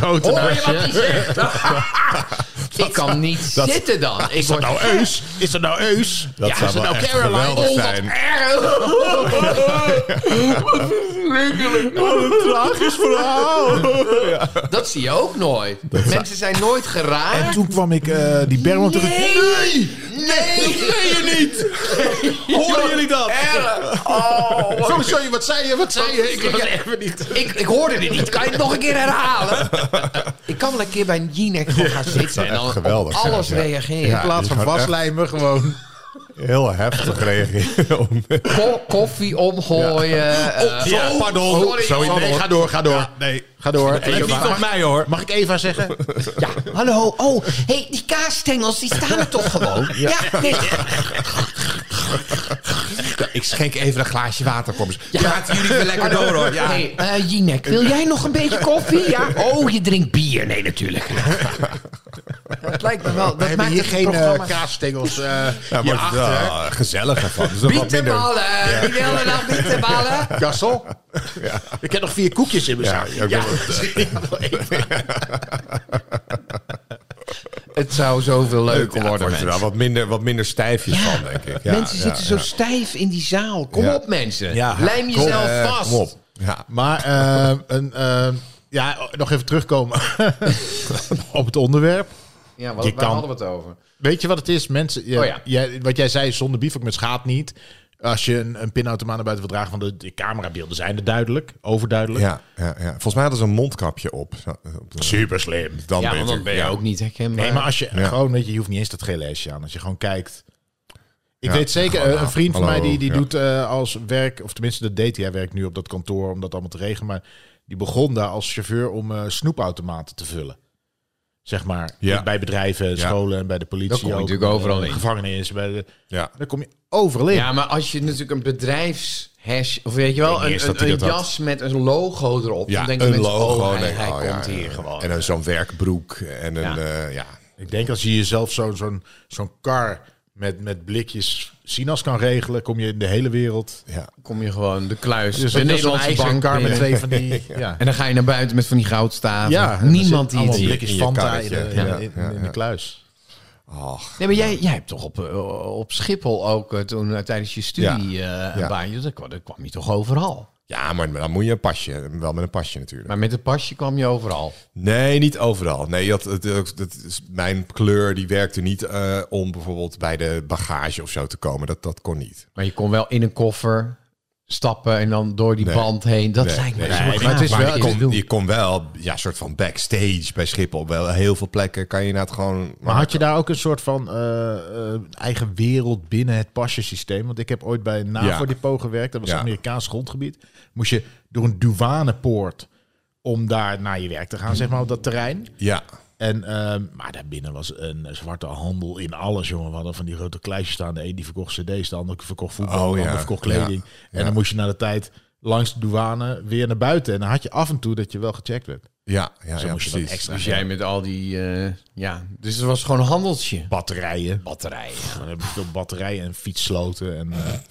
jongen. Hoor je wat die zegt? Ik kan niet zitten dan. Ik word
Nou, Eus! Is dat nou Eus?
Dat
Ja,
zou
ze
wel
nou
echt
Caroline
geweldig
Olsen
zijn.
erg. (laughs) Wat verschrikkelijk. Wat een tragisch verhaal. Dat zie je ook nooit. Mensen zijn nooit geraakt.
Toen kwam ik eh, die berm op de...
Nee! Nee!
je niet! Horen jullie dat?
Erg. Oh, wat-
Sorry, sorry, wat zei je? Wat zei je? Ik
Ik-
was even niet...
Ik, ik hoorde dit niet. Kan je het nog een keer herhalen? Ik kan wel een keer bij een Jinek gewoon gaan zitten en dan
echt
op
geweldig zijn,
alles
ja.
reageren.
In plaats van
gewoon echt-
vastlijmen, gewoon...
Heel heftig reageren. Om...
Ko- koffie omgooien. eh,
Ja, pardon.
sorry,
Zo in
sorry.
één-
Nee, ga door, ga door.
nee.
Ga door. Even
niet op
mag,
mij hoor.
mag ik Eva zeggen?
Ja, hallo. Oh, hey, die kaasstengels, die staan er toch gewoon? Ja, nee.
Ik schenk even een glaasje water voor me.
Ja. Praten jullie weer lekker
door, hoor. Ja.
Hey, eh, Jinek, wil jij nog een beetje koffie? Ja. Oh, je drinkt bier.
(laughs)
Nee, natuurlijk. Dat lijkt me wel. Dat
Hebben
maakt
hier
het
geen
programma...
eh, kaasstengels eh
Ja, maar
hierachter, hè?
ja, gezelliger van. Dus nog wat minder.
Bietenballen. Die wilden dan (laughs) bietenballen.
Garçon? Ik heb nog vier koekjes in mijn
Ja,
zak.
ja, ik wil
eh, (laughs) Het zou zoveel
Ja,
leuker
het
worden,
wordt er wel
mensen.
wat minder, wat minder stijfjes van, denk ik. Ja,
mensen
ja,
zitten zo
ja.
stijf in die zaal. Kom
Ja.
op, mensen.
Ja.
Lijm jezelf
Eh,
vast.
Kom op. Ja.
Maar eh, een, eh, ja, oh, nog even terugkomen (laughs) op het onderwerp.
Ja,
Je waar kan- hadden
we het over?
Weet je wat het is? Mensen, je-
Oh ja.
jij- wat jij zei, zonder bivak met schaat niet. Als je een, een pinautomaat naar buiten wil dragen, want de, de camerabeelden zijn er duidelijk, overduidelijk.
Ja, ja, ja. Volgens mij hadden ze een mondkapje op. Zo, eh, op de-
Super slim.
Dan
Ja,
beter.
want dan ben je
Ja.
ook niet herkenbaar.
Nee, maar als je
Ja.
gewoon, weet je, je hoeft niet eens dat gele hesje aan. Als je gewoon kijkt. Ik
Ja,
weet zeker,
gewoon,
eh,
ja,
een vriend van
hallo,
mij die, die
ja.
doet eh, als werk, of tenminste dat deed hij, hij werkt nu op dat kantoor om dat allemaal te regelen. Maar die begon daar als chauffeur om eh, snoepautomaten te vullen. Zeg maar,
Ja.
bij bedrijven, scholen en bij de politie.
Dan kom je
ook,
natuurlijk overal
eh,
in.
Gevangenis, bij de,
Ja.
dan kom je overal in.
Ja, maar als je natuurlijk een bedrijfshash... Of weet je wel,
denk
een,
eerst dat
een,
hij
een
dat had.
jas met een logo erop.
Ja,
dan denken
een
mensen,
logo.
oh, hij,
denk ik,
hij
oh, ja,
komt
ja,
hier
ja.
gewoon.
En dan zo'n werkbroek. En een,
Ja.
eh, ja.
Ik denk als je jezelf zo'n zo'n zo'n kar met, met blikjes sinaas kan regelen, kom je in de hele wereld.
ja.
kom je gewoon de kluis.
Dus
de
dat is een
Nederlandse
ijzeren
bank
kar met
binnen.
twee van die... ja.
En dan ga je naar buiten met van die goudstaven.
Ja, en er zitten
Niemand die het
allemaal
ziet.
blikjes
in je
Fanta in
karretje.
de, in,
Ja,
in-
ja,
in
ja.
de kluis.
Ach,
Nee, maar jij, jij hebt toch op, eh, op Schiphol ook eh, toen eh, tijdens je studie eh een
Ja.
baantje. Dan kwam, dan kwam je toch overal.
Ja, maar dan moet je een pasje. Wel met een pasje natuurlijk.
Maar met een pasje kwam je overal.
Nee, niet overal. Nee, dat, dat, dat- dat is, mijn kleur die werkte niet eh, om bijvoorbeeld bij de bagage of zo te komen. Dat, dat kon niet.
Maar je kon wel in een koffer stappen en dan door die
Nee.
band heen. Dat
Nee,
lijkt me
nee,
zo
nee,
gaaf.
maar het is
Maar
wel,
ik
je, kon,
bedoel-
je kon wel, ja, soort van backstage bij Schiphol. Wel heel veel plekken kan je inderdaad gewoon...
Maar had je daar ook een soort van eh, eh, eigen wereld binnen het pasjesysteem? Want ik heb ooit bij een NAVO-depot gewerkt. Dat was
Ja.
Amerikaans grondgebied. Moest je door een douanepoort om daar naar je werk te gaan, zeg maar, op dat terrein.
Ja,
En, ehm, maar daarbinnen was een eh, zwarte handel in alles, jongen. We hadden van die grote kluisjes staan. De een die verkocht cd's, de ander verkocht voetbal,
Oh,
de
ja.
ander verkocht kleding.
Ja.
En
Ja.
dan moest je naar de tijd langs de douane weer naar buiten. En dan had je af en toe dat je wel gecheckt werd.
ja, ja,
Zo
ja
moest je dat
precies.
extra
Dus jij met al die... eh, ja, dus het was gewoon een handeltje.
Batterijen.
Batterijen.
Dan heb je veel batterijen en fietssloten en eh,
(laughs)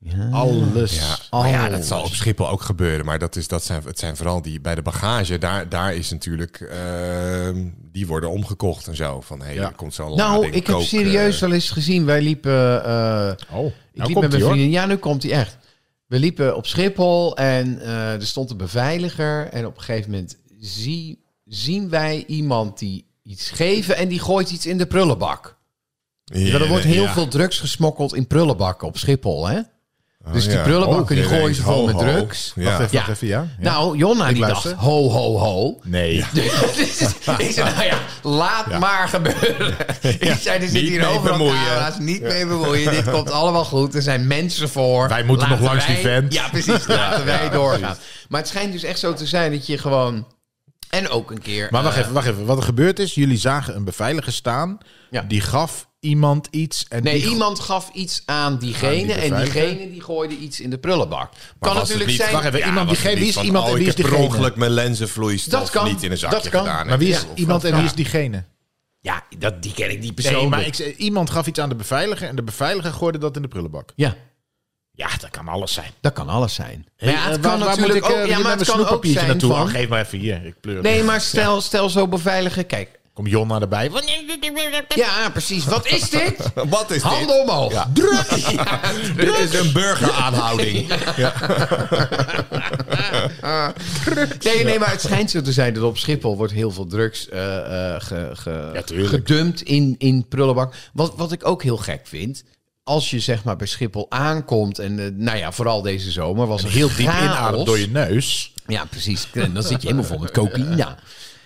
Ja.
alles.
Ja.
Oh.
Maar ja, dat zal op Schiphol ook gebeuren. Maar dat is, dat zijn, het zijn vooral die bij de bagage. Daar, daar is natuurlijk, ehm, die worden omgekocht en zo. Van, hé, hey,
Ja.
er komt zo'n
Nou,
lading
ik heb
coke,
serieus
eh,
wel eens gezien. Wij liepen... eh,
Oh,
Ik
Nou
liep met mijn vriendin. Ja, nu komt hij echt. We liepen op Schiphol en eh, er stond een beveiliger. En op een gegeven moment zie, zien wij iemand die iets geven en die gooit iets in de prullenbak.
ja,
er wordt heel
ja.
veel drugs gesmokkeld in prullenbakken op Schiphol, hè? Dus
Oh,
die
ja.
prullenbakken
Oh,
die gooien ze vol
ho,
met
ho.
drugs.
Ja.
Wacht even,
Ja.
wacht even, ja. ja.
Nou, Jonna die
luister.
dacht, ho, ho, ho.
nee.
(laughs) ik zei, nou ja, laat maar gebeuren.
(laughs)
Ik zei, er zit
Niet
hier
mee
overal
bemoeien.
camera's, niet mee bemoeien. Dit komt allemaal goed, er zijn mensen voor.
Wij moeten nog langs die
wij-
vent.
Ja, precies, laten wij doorgaan. Maar het schijnt dus echt zo te zijn dat je gewoon... En ook een keer...
Maar wacht
eh,
even, wacht even. Wat er gebeurd is, jullie zagen een beveiliger staan.
Ja.
Die gaf iemand iets. En
Nee,
die...
iemand gaf iets aan diegene
Aan die
en
beveiliger.
diegene die gooide iets in de prullenbak.
Maar
kan
was het
natuurlijk
niet-
zijn...
Wacht even,
was
iemand diegene-
het
wie
niet
is
van,
iemand en
oh,
wie
ik
is
heb per
diegene?
ongeluk mijn lenzenvloeistof
Dat kan,
niet in een zakje
dat kan.
gedaan.
Maar wie is
Ja, of
iemand en
dat-
wie is
ja.
diegene?
Ja, dat, die ken ik, die persoon.
Nee, maar
niet.
ik, zei, iemand gaf iets aan de beveiliger en de beveiliger gooide dat in de prullenbak.
Ja,
Ja, dat kan alles zijn.
dat kan alles zijn.
Hey,
maar ja,
eh,
het
waar-
kan
waar moet
natuurlijk
ik, eh,
ook...
hier
Ja,
met
maar
mijn
het kan ook
snoeppapiertje
zijn
naartoe?
van...
Oh, geef maar even hier, ik pleur.
Nee,
hem.
maar stel, stel zo beveiligen. Kijk,
Kom Jonna erbij.
ja, precies. Wat is dit?
Wat is dit?
Handen omhoog. Druk. Ja,
Dit is een
(laughs)
burgeraanhouding.
nee, nee, maar het schijnt zo te zijn dat op Schiphol wordt heel veel drugs eh, eh, ge- ge-
Ja, tuurlijk.
gedumpt in, in prullenbak. Wat, wat ik ook heel gek vind. Als je zeg maar bij Schiphol aankomt en eh, nou ja, vooral deze zomer was er heel
Heel diep inademen door je neus.
Ja, precies. En dan zit je helemaal vol met cocaïne.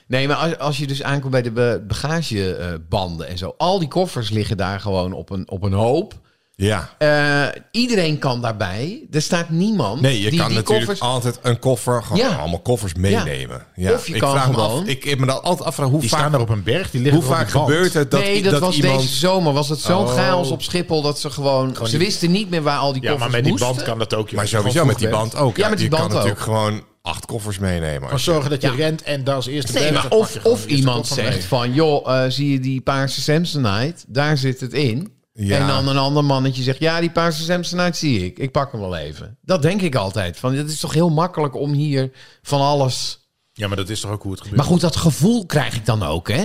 Nee, maar als, als je dus aankomt bij de be- bagagebanden en zo. Al die koffers liggen daar gewoon op een, op een hoop.
Ja.
Eh, iedereen kan daarbij. Er staat niemand.
Nee, je
die
kan
die
natuurlijk
koffers-
altijd een koffer, gewoon
Ja.
allemaal koffers meenemen. Ja.
Of je
ik
kan
vraag me
gewoon-
af, ik heb me dat altijd afvraag hoe
Die
vaak,
staan daar op een berg, die liggen
hoe
op
vaak
die band.
gebeurt het dat,
nee, dat,
dat
was
iemand...
deze zomer. Was het zo'n
Oh.
chaos op Schiphol dat ze gewoon... ze wisten niet meer waar al die
Ja,
koffers
maar met die band
moesten.
kan dat ook. joh.
Maar
Dat je
sowieso
gewoon
met die
vroeg
band ook.
Ja,
Ja,
met die
je kan
band
natuurlijk
ook.
gewoon acht koffers meenemen.
Maar zorgen dat je
Ja.
rent en dan als eerste
Nee,
berg,
maar
dan pak je
of,
gewoon
of
de eerste
iemand
kop van
zegt
mee.
van... joh, eh, zie je die paarse Samsonite? Daar zit het in.
Ja.
En dan een ander mannetje zegt... ja, die paarse Samsonite zie ik. Ik pak hem wel even. Dat denk ik altijd. Van, het is toch heel makkelijk om hier van alles...
Ja, maar dat is toch ook hoe het gebeurt.
Maar goed, dat gevoel krijg ik dan ook, hè?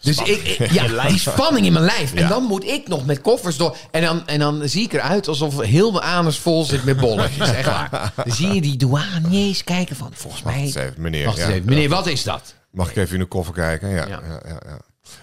Dus ik,
(laughs)
ik- ja, die spanning in mijn lijf. En dan moet ik nog met koffers door. En dan, en dan zie ik eruit alsof heel mijn anus vol zit met
(laughs)
bolletjes. Echt waar. Dan zie je die douaniers kijken van, volgens mij...
Wacht eens even, meneer.
Wacht eens
ja.
even, meneer, wat is dat?
Mag ik even in de koffer kijken? Ja.
Ja. Nou
ja. ja, ja,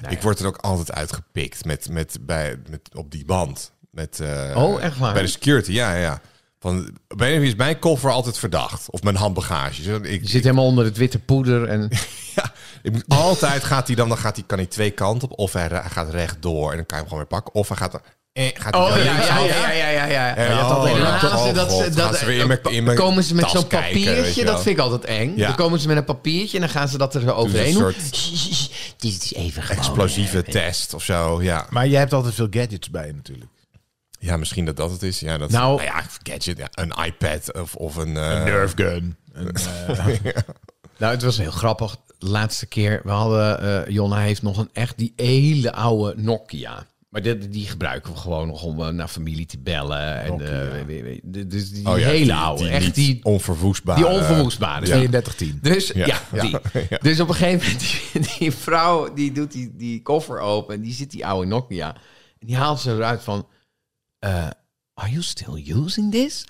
ja.
Ik word er ook altijd uitgepikt met, met, bij, met, op die band. Met, eh,
Oh, echt waar?
Bij de security, ja, ja, ja. Van, bij een of andere is mijn koffer altijd verdacht. Of mijn handbagage. Dus ik,
Je zit helemaal onder het witte poeder en...
(laughs) ja, ik moet, altijd gaat hij dan, dan gaat hij, kan hij twee kanten op. Of hij, re- hij gaat rechtdoor en dan kan je hem gewoon weer pakken. Of hij gaat, dan- eh, (laughs) gaat hij dan linksaf.
Oh, ja, ja. ja.
En
had altijd
oh,
En dan
ja,
halen
oh
ze dat, ze-
God,
dat,
gaan ze weer in mijn- in mijn
komen ze met
tas
zo'n
kijken,
papiertje,
weet je wel.
dat vind ik altijd eng.
Ja.
Dan komen ze met een papiertje en dan gaan ze dat er zo overheen doen.
soort-
Dit is even gewoon...
Explosieve
Oh,
test of zo, ja.
Maar jij hebt altijd veel gadgets bij je natuurlijk.
Ja, misschien dat dat het is. Ja, dat,
Nou-
nou, ja, gadget, ja, een iPad of, of een... eh,
Nerf
(laughs)
gun. eh,
Nou, het was heel grappig. De laatste keer, we hadden, eh Jonna heeft nog een echt die hele oude Nokia. Maar die, die gebruiken we gewoon nog om eh, naar familie te bellen. En, eh, we- we- we- de- dus die
oh ja,
hele
die-
oude,
die
echt
niet
die,
onverwoestbare... eh,
die onverwoestbare.
3210.
Dus ja,
Ja.
die.
Ja.
Dus op een gegeven moment, die, die vrouw die doet die, die koffer open en die zit die oude Nokia. En die haalt ze eruit van, eh, Are you still using this?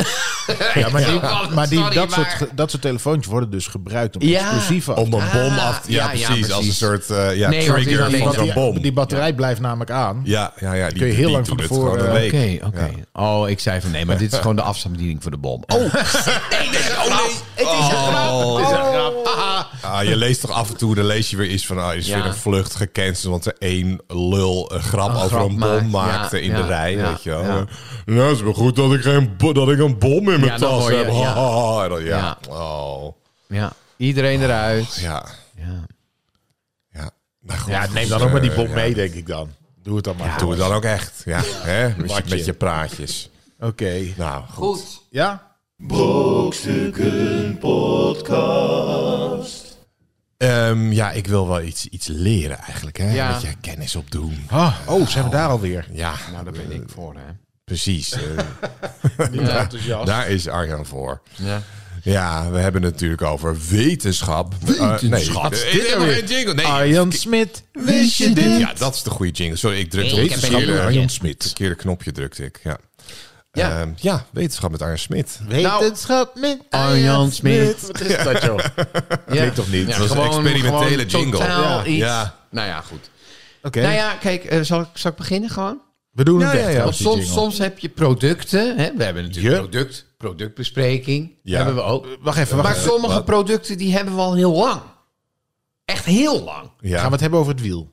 Ja, maar die,
(laughs) Ja.
maar die,
Sorry,
dat,
maar-
soort, ge- dat soort telefoontjes worden dus gebruikt om
Ja.
explosieven
Om een
Ah,
bom af te... Ja,
ja, ja,
precies, Als een
precies.
soort eh, ja,
Nee, want die
trigger
alleen-
van
Want
zo'n
die-
bom.
Die batterij blijft namelijk aan.
ja, ja, ja. Die
kun je heel
die
lang van
doet het
tevoren,
gewoon een
eh,
week.
Oké, oké. Oh, ik zei van nee, maar dit is gewoon de afstandsbediening voor de bom. Oh, (laughs) nee, dit is een grap. Het is een grap. Oh. Het is een grap. Haha.
Ah, je leest toch af en toe, dan lees je weer iets van... Ah, is
Ja.
weer een vlucht gecanceld, want er één lul een grap over
grap
een bom
maakt, ja,
maakte in
ja,
de rij,
ja,
weet je wel.
ja.
Nou, het is wel goed dat ik, geen bo- dat ik een bom in mijn
Ja, dan
tas
word je-
heb.
ja.
(laughs) Ja. ja.
Ja.
Oh,
Ja, iedereen eruit.
ja.
Oh, Ja.
Ja, nou goed,
Ja, neem
goed,
dan ook
eh,
maar die bom
ja.
mee, denk ik dan. Doe het dan maar.
Doe het dan ook echt. Ja, hè? Met, je,
Watje.
met je praatjes.
Oké.
Nou, goed.
Goed.
Ja?
Brokstukken Podcast.
Ehm, ja, ik wil wel iets, iets leren eigenlijk. Hè?
Ja.
Een beetje kennis opdoen.
Ah, oh, zijn we daar alweer?
Ja,
Nou, daar ben ik voor, hè.
precies. Eh,
Ja,
(laughs)
enthousiast.
daar is Arjan voor.
Ja.
Ja, we hebben het natuurlijk over wetenschap. Wetenschap? nee,
Wat is
eh,
dit
helemaal
nou
geen jingle. Nee,
Arjan Smit,
wist
wist je dit?
Ja, dat is de goede jingle. Sorry, ik drukte
Ik
op
heb
het
een
verkeerde,
jingle. Arjan
Smit.
verkeerde knopje. Drukte ik, ja.
Ja.
Ehm, ja, wetenschap met Arjan Smit. Nou,
Wetenschap met
nou, Arjan Smit.
Wat is dat, joh? Oké.
Weet
toch niet?
Dat was een experimentele jingle.
Ja.
Iets.
Ja.
Nou ja, goed. Nou ja, kijk, eh, zal, ik, zal ik beginnen gewoon?
We doen
Ja,
het
ja, ja.
echt. hoor,
Want
die
soms,
jingle.
soms heb je producten. Hè? We hebben natuurlijk
Ja.
product, productbespreking.
Ja.
Hebben we ook.
Eh, Wacht even, wacht
Maar
even.
sommige producten die hebben we al heel lang. Echt heel lang.
Ja.
Gaan we het hebben over het wiel?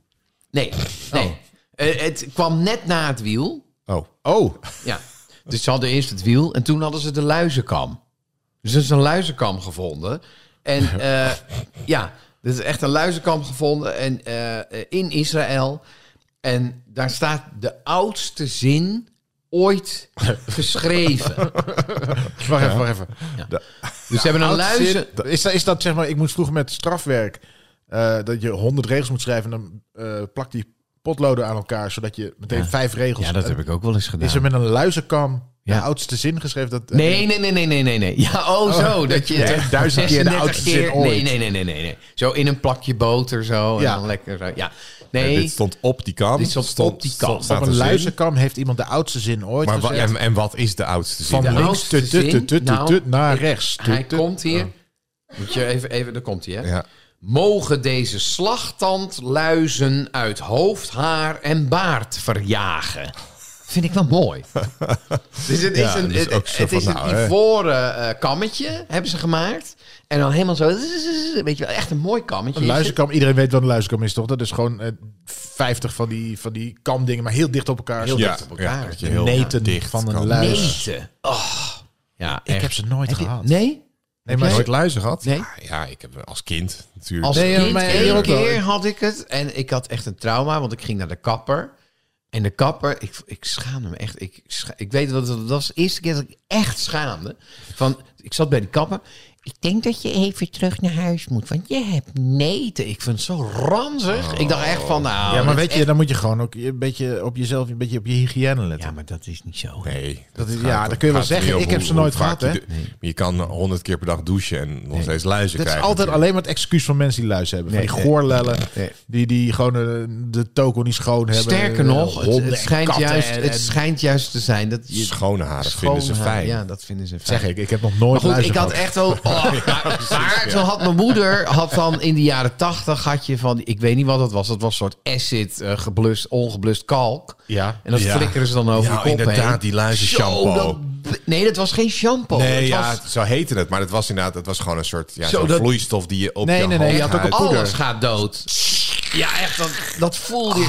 Nee, nee. Eh, het kwam net na het wiel.
Oh,
Oh,
Ja. Dus ze hadden eerst het wiel en toen hadden ze de luizenkam. Dus er is een luizenkam gevonden. En
(laughs)
eh, ja, er is echt een luizenkam gevonden en, eh, in Israël. En daar staat de oudste zin
(laughs)
ooit geschreven.
wacht even, wacht even.
Dus ze hebben een
Oudste
luizen...
zin- Is, dat- is dat zeg maar, ik moest vroeger met strafwerk eh, dat je honderd regels moet schrijven en dan eh, plakt die potloden aan elkaar zodat je meteen
Ja.
vijf regels.
ik ook wel eens gedaan.
Is er met een luizenkam
Ja.
de oudste zin geschreven? Dat, eh,
Nee, nee, nee, nee, nee, nee, nee. Ja, oh,
(laughs)
zo. Dat je
Ja, duizend keer de
36
oudste zin ooit.
Nee, nee, nee, nee, nee, nee. Zo in een plakje boter zo. En
Ja.
dan lekker zo. Ja.
en
Nee.
dit stond op die kam.
Dit stond op die kam.
staat
Op
er
een
zin.
luizenkam heeft iemand de oudste zin ooit
Maar wa-
gezegd.
en, en wat is de oudste zin?
Van
de
dan?
links
oudste
tut, tut,
zin?
tut, tut,
Nou,
tut, naar rechts. Tut,
Hij
tut.
komt hier. Oh. Moet je even, even, daar komt hij, hè.
Ja.
Mogen deze slachtandluizen uit hoofd, haar en baard verjagen. Vind ik wel
(laughs)
mooi. dus het is
Ja,
een,
dat is
het,
ook zo
het
van,
is een
nou, hè.
ivoren eh, kammetje, hebben ze gemaakt. En dan helemaal zo, weet je wel, echt een mooi kammetje.
Een
is het.
luizenkam, iedereen weet wat een luizenkam is, toch? Dat is gewoon eh, 50 van die, van die kamdingen, maar heel dicht op elkaar.
Heel
Ja.
dicht op elkaar.
dat je heel
Neten
dicht
van een
kan.
luis.
Eten. Oh. Ja,
Ik heb ze nooit gehad.
Nee?
Nee,
Heb
maar
je
nooit
nooit luizen gehad?
Nee.
Ja, ja, ik heb als kind natuurlijk.
Als
Nee,
kind
maar
één
eerlijk wel.
keer had ik het. En ik had echt een trauma, want ik ging naar de kapper. En de kapper, ik, ik schaamde me echt. Ik, scha- ik weet dat dat was de eerste keer dat ik echt schaamde. Van, ik zat bij de kapper. Ik denk dat je even terug naar huis moet, want je hebt neten. Ik vind het zo ranzig. Ik dacht echt van, nou...
Ja, maar
dat
weet
is
je,
echt-
dan moet je gewoon ook een beetje op jezelf, een beetje op je hygiëne letten.
Ja, maar dat is niet zo.
Nee.
Dat is-
gaat
ja,
er-
dat kun je wel
gaat er
zeggen.
niet om
Ik heb
hoe-
ze nooit
hoe vaak
gehad,
je de- maar Je kan honderd keer per dag douchen en nog steeds luizen
dat is
krijgen.
altijd alleen maar het excuus van mensen die luis hebben. Van
Nee,
die
nee.
goorlellen,
Nee.
die, die gewoon eh, de toko niet schoon hebben.
Sterker
Eh,
nog, het- het,
honden en
schijnt
katten
juist,
en-
het
en-
schijnt juist te zijn dat je...
Schone haren
Schoon
vinden ze
haar,
fijn.
Ja, dat vinden ze fijn.
Zeg ik, ik heb nog nooit
Maar goed,
luizen
ik had
gehad.
echt
(laughs)
wel... Oh, maar maar toen had mijn moeder, had dan in de jaren tachtig, had je van... Ik weet niet wat dat was. Dat was een soort acid, eh, geblust, ongeblust kalk.
Ja.
En dat
Ja.
flikkeren ze dan over
Ja,
je kop
inderdaad,
heen.
die luizen
Zo,
shampoo.
dat b- nee, dat was geen shampoo.
Nee,
dat
ja,
was,
zo heette het. Maar het was inderdaad, het was gewoon een soort ja,
Zo,
zo'n
dat-
vloeistof die je op
Nee,
je
nee, nee, je
hand
had ook
houdt.
een poeder.
alles gaat dood. Ja, echt, dat, dat voelde je.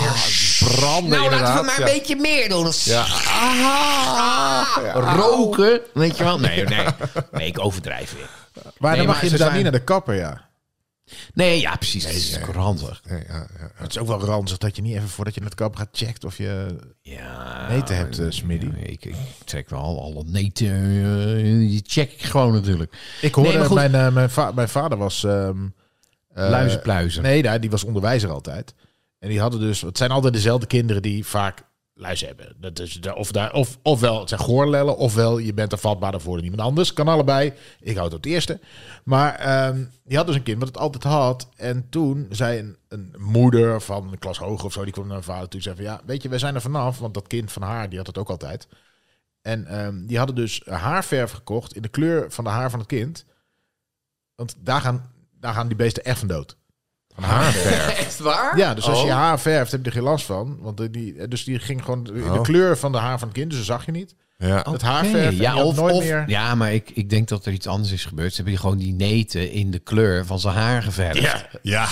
Ah, branden
nou, laten we
inderdaad,
maar
ja.
een beetje meer doen.
Ja.
Ah, Roken, weet je wel. Nee, nee, nee ik overdrijf weer.
Maar
Nee,
dan mag
maar
je
ze
inderdaad
zijn-
niet naar de kapper, ja.
Nee, ja, precies. Het is ranzig.
Ja, ja, ja.
Het is ook wel ranzig dat je niet even voordat je naar de kapper gaat checkt of je
Ja.
eten hebt, eh, Smiddy.
Ja, ik, ik trek wel alle neten. eh, die check ik gewoon natuurlijk.
Ik hoorde,
Nee, maar goed.
mijn, eh, mijn, va- mijn vader was... ehm, eh, (laughs)
Luizenpluizen.
Nee, nou, die was onderwijzer altijd. En die hadden dus... Het zijn altijd dezelfde kinderen die vaak luizen hebben. Dat is, de- of daar, of, ofwel het zijn goorlellen, ofwel je bent er vatbaarder voor dan iemand anders. Kan allebei. Ik houd op het eerste. Maar ehm, die had dus een kind wat het altijd had. En toen zei een, een moeder van de klas hoger of zo... die kwam naar mijn vader toe en zei van... ja, weet je, wij zijn er vanaf. Want dat kind van haar, die had het ook altijd. En ehm, die hadden dus haarverf gekocht in de kleur van de haar van het kind. Want daar gaan, daar gaan die beesten echt van dood. Van haarverf.
Echt
(laughs)
waar?
Ja, dus als je
Oh.
je haar verft, heb je er geen last van. Want eh, die, dus die ging gewoon in de
Oh.
kleur van de haar van het kind. Dus dat zag je niet.
Ja.
Het haarverf. en die
Ja,
had
of,
nooit
of-
meer...
ja, maar ik, ik denk dat er iets anders is gebeurd. Ze hebben die gewoon die neten in de kleur van zijn haar geverfd.
Ja. ja.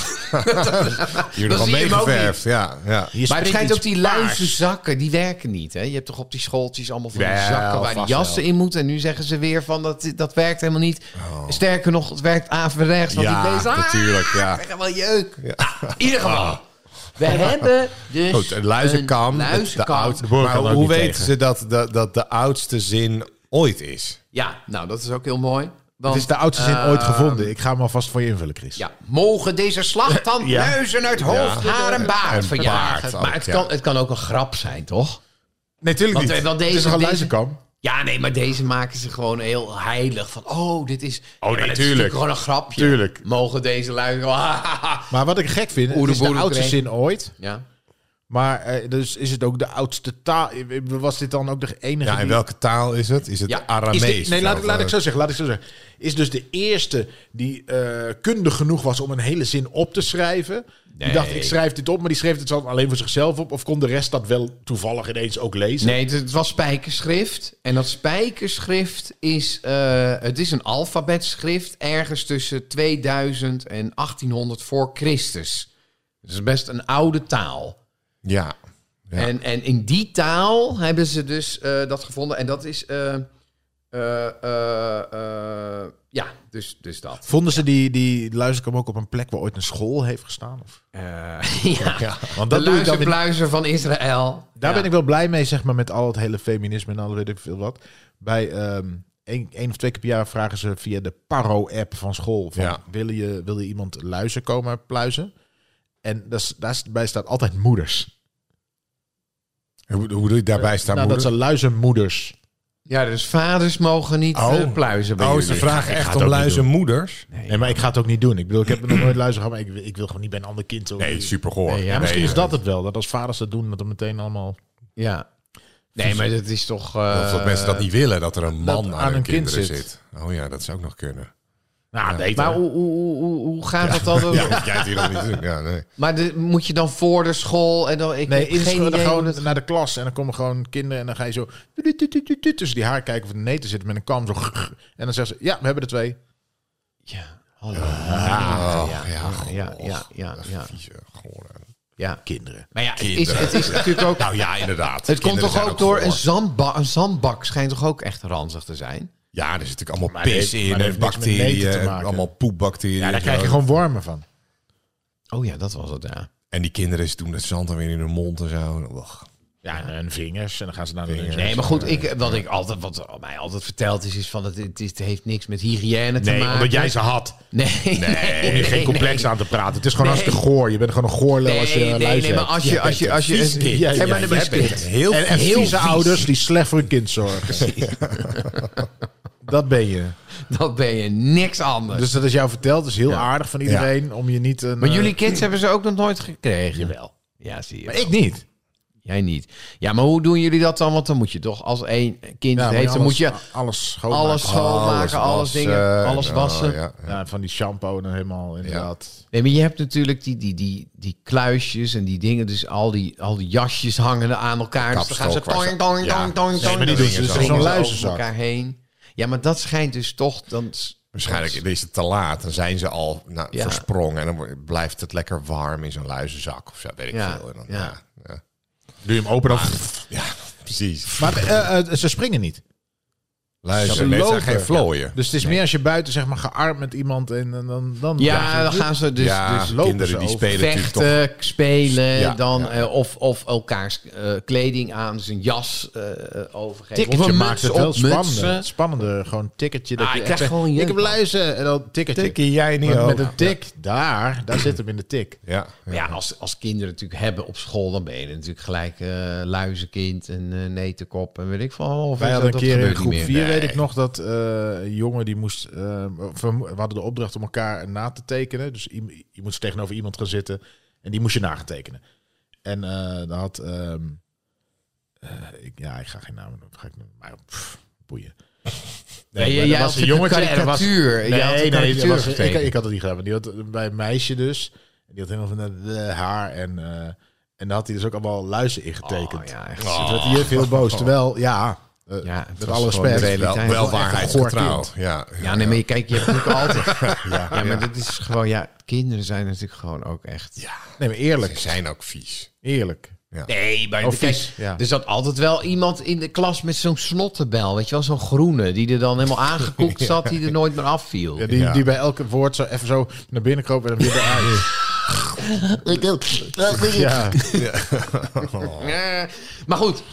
(laughs) Hier
Dat
nog al
zie je hem ook
meegeverfd. Ja, ja.
Hier
Maar het
springt
schijnt
iets
ook die
paars.
lijve zakken, die werken niet. Hè? Je hebt toch op die schooltjes allemaal van die
Wel,
zakken waar die
vast
jassen
wel.
in moeten. En nu zeggen ze weer van dat, dat werkt helemaal niet. Sterker nog, het werkt averechts. Want
Oh. Ja,
die beesten, ah,
natuurlijk, ja. Oh.
krijgen wel jeuk. Nou, in ieder geval. We hebben dus
Goed, een luizenkam.
een luizenkam.
De oud-
De boer kan er
maar
ook
hoe
niet
weten
tegen.
ze dat, dat, dat de oudste zin ooit is?
Ja, nou dat is ook heel mooi. Want,
Het is de oudste zin
eh,
ooit gevonden. Ik ga hem alvast voor je invullen, Chris.
Ja, mogen deze
(laughs)
slagtand
Ja.
neuzen uit hoofd,
Ja.
haar en baard
En
verjagen.
baard ook,
maar het,
ja.
kan, het kan ook een grap zijn, toch?
Nee, natuurlijk
Want,
niet.
eh, want
het is
deze-
toch een
deze-
luizenkam?
Ja, nee, maar deze maken ze gewoon heel heilig. Van, oh, dit is... Ja, maar
nee, tuurlijk.
dat is natuurlijk gewoon een grapje.
Tuurlijk.
Mogen deze lui... (laughs)
Maar wat ik gek vind, het is de
Oeroboeroe
oudste
kreeg.
zin ooit.
ja.
Maar eh, dus is het ook de oudste taal? eh, Was dit dan ook de enige
Ja, in
die-
welke taal is het? Is het
Mhm. Ja,
Is
Aramees?
dit- nee, laat, ik- laat ik
eh,
zo
Of, eh,
zeggen, laat ik zo zeggen. Is dus de eerste die eh, kundig genoeg was om een hele zin op te schrijven. Die
Nee.
dacht, ik schrijf dit op, maar die schreef het dan alleen voor zichzelf op. Of kon de rest dat wel toevallig ineens ook lezen?
Nee, het, het was spijkerschrift. En dat spijkerschrift is... eh, het is een alfabetschrift ergens tussen 2000 en 1800 voor Christus. Het is best een oude taal.
eh, Ja. Ja.
En, en in die taal hebben ze dus eh, dat gevonden. En dat is... eh, eh, eh, eh, ja, dus, dus dat.
(laughs) Vonden ze die, die luisterkam ook op een plek waar ooit een school heeft gestaan? Of?
(laughs) ja.
Want
De
dat doe ik dan weer-
luizenpluizer van Israël.
Daar
Ja.
ben ik wel blij mee, zeg maar, met al het hele feminisme en al weet ik veel wat. Bij ehm één, één of twee keer per jaar vragen ze via de Paro-app van school... Van,
Ja.
wil, je, wil je iemand luizen komen pluizen? En dat is- daarbij staat altijd moeders.
Hoe, hoe doe je daarbij staan?
nou, dat
moeder?
zijn luizenmoeders.
Ja, dus vaders mogen niet
Oh.
eh, pluizen bij
Oh,
jullie.
ze vragen
ga
echt
het
om
ook niet
luizenmoeders?
Nee, maar ik ga het ook niet doen. Ik bedoel, ik
(clears throat)
heb nog nooit luizen gehad, maar ik, wil- ik wil gewoon niet bij een ander kind. hoor.
Nee, super goor.
Ja, misschien is dat het wel. Dat als vaders dat doen, dat dan meteen allemaal...
Ja. Nee, maar dat is toch...
Of
eh,
dat mensen dat niet willen, dat er een man
dat
aan, hun kind zit. Oh ja, dat zou ook nog kunnen.
Nou, nee,
Maar
toch?
hoe, hoe, hoe, hoe- hoe gaat dat (laughs) dan?
Ja, want jij het hier nog niet doen. Ja, nee.
Maar de- moet je dan voor de school en dan... Ik
Nee,
heb
in
geen
school, dan
idee
gewoon
hoe dat-
naar de klas en dan komen gewoon kinderen en dan ga je zo tuut, tuut, tuut, tuut, tuut, tussen die haar kijken of er nee te zitten met een kam. Zo, (laughs) en dan zeggen ze, ja, we hebben er twee.
Ja, hallo.
Oh,
ja,
ja,
ja, ja,
goh.
ja, ja, ja.
Vieze, gore.
ja.
Kinderen.
Maar ja, het is,
Kinderen.
het is natuurlijk ook...
Nou ja, inderdaad.
Het komt
Kinderen
toch
zijn
ook door
goor.
een zandbak. Een zandbak schijnt toch ook echt ranzig te zijn?
Ja, er zit natuurlijk allemaal
Maar dit-
pis
maar
in
dat
en
heeft niks met meten te
bacteriën, en
maken.
allemaal poepbacteriën.
Ja, daar
en
krijg
zo.
je gewoon wormen van.
Oh ja, dat was het, ja.
En die kinderen doen het zand dan weer in hun mond en zo. Och.
Ja, en vingers en dan gaan ze naar de
Vingers.
lunch.
Nee, maar goed, ik, wat, ik altijd, wat mij altijd verteld is, is van het, het, is- het heeft niks met hygiëne te
Nee,
maken.
omdat jij ze had.
Nee, (laughs) nee,
Om je geen complex aan te praten. Het is gewoon
Nee.
hartstikke goor. Je bent gewoon een goorlul als je
Nee,
een
nee,
luizen
nee, maar
hebt.
als je... Als je, als je,
Vies kind.
Ja,
Ja,
maar
jij
dan
bent
ben je-
een heel
En, en
vies.
vieze ouders die slecht voor hun kind
(laughs)
zorgen. dat ben je.
(laughs) Dan ben je niks anders.
Dus dat is jou verteld. Dat is heel
Ja.
aardig van iedereen om je niet... Een,
maar
eh,
jullie kids hebben ze ook nog nooit gekregen. Jawel. Ja, zie je.
Ik niet.
Jij niet. Ja, maar hoe doen jullie dat dan? Want dan moet je toch, als één kind
Ja,
het
maar
heeft, dan moet je
alles schoonmaken.
alles schoonmaken, alles, dingen,
wassen.
alles wassen.
Oh, ja.
Ja, van die shampoo dan helemaal inderdaad.
Nee, maar je hebt natuurlijk die, die, die, die kluisjes en die dingen. Dus al die, al die jasjes hangen aan elkaar. Dus dan gaan ze
Kapstok was
tong,
dat.
tong,
Ja.
tong, tong,
Nee,
tong.
maar die
Dan
doen ze dus
springen
zo'n
ze over
luizenzak.
elkaar heen. Ja, maar dat schijnt dus toch... Dan...
Waarschijnlijk is het te laat. Dan zijn ze al nou,
Ja.
versprongen. En dan wordt- blijft het lekker warm in zo'n luizenzak of zo. Weet ik
Ja,
veel. En dan,
ja.
ja. Ja,
Doe je hem open dan...
Ja, precies.
Maar eh, eh, ze springen niet.
Luizen,
Ze
mensen zijn
lopen.
geen vlooien.
Dus het is meer als je buiten zeg maar gearmd met iemand en, en dan... dan
Ja, dan gaan ze dus,
ja,
lopen
dus
ze
kinderen die
over.
spelen natuurlijk toch.
vechten, spelen.
Ja,
dan,
ja.
eh, of, of elkaars eh, kleding aan, dus een jas eh, eh, overgeven. Of
Ticketje
een
maakt het
muts
wel
op, mutsen.
spannender. Spannender, gewoon ticketje. Dat
Ah,
je
ik
echt
krijg
zegt,
gewoon jeuk
Ik heb
van.
luizen en dan ticketje.
Tikkie jij niet
Want
ook.
met een tik, daar, daar zit hem in de tik.
Ja,
Maar Ja, als, als kinderen natuurlijk hebben op school, dan ben je natuurlijk gelijk eh, luizenkind en eh netenkop en weet ik van. Of
Wij
is
hadden een
dat-
keer
dat
in
gebeurt
groep
niet
4,
meer?
weet ik nog, dat eh, een jongen die moest... eh, of we we hadden de opdracht om elkaar na te tekenen. Dus i- je moest tegenover iemand gaan zitten en die moest je na gaan tekenen. En eh, dan had ehm, eh, ik, ja, ik ga geen namen noemen. Ga ik, noemen, maar pff, boeien.
Nee,
maar
jij
er
had een karikatuur.
Nee,
Jij had een
nee,
karikatuur
dat was- ik,
getekend.
ik had het niet gedaan. Maar die had bij een meisje dus. En die had helemaal van eh, bleh, haar. En, eh, en daar had hij dus ook allemaal luizen in getekend.
Oh, ja, echt.
Dus het werd hier heel boos. Terwijl, ja, eh,
Ja, het
met
was
alle
gewoon de
respect.
realiteit.
Wel,
wel
wel
echt een
waarheidsgetrouw.
goor
Ja,
Ja, nee, maar je- kijk, je hebt
(laughs)
natuurlijk altijd... Ja, maar dat is gewoon... Ja, kinderen zijn natuurlijk gewoon ook echt...
Nee, maar
Ze
eerlijk.
zijn ook vies. Eh,
Eerlijk.
Nee, maar
Oh,
kijk,
vies, ja.
er zat altijd wel iemand in de klas met zo'n snottenbel, weet je wel, zo'n groene, die er dan
(laughs)
helemaal aangekoekt zat, die er nooit meer afviel.
Ja, die,
Ja.
die bij elke woord zo even zo naar binnen kroop en dan weer eruit. ja.
Eh, Maar goed,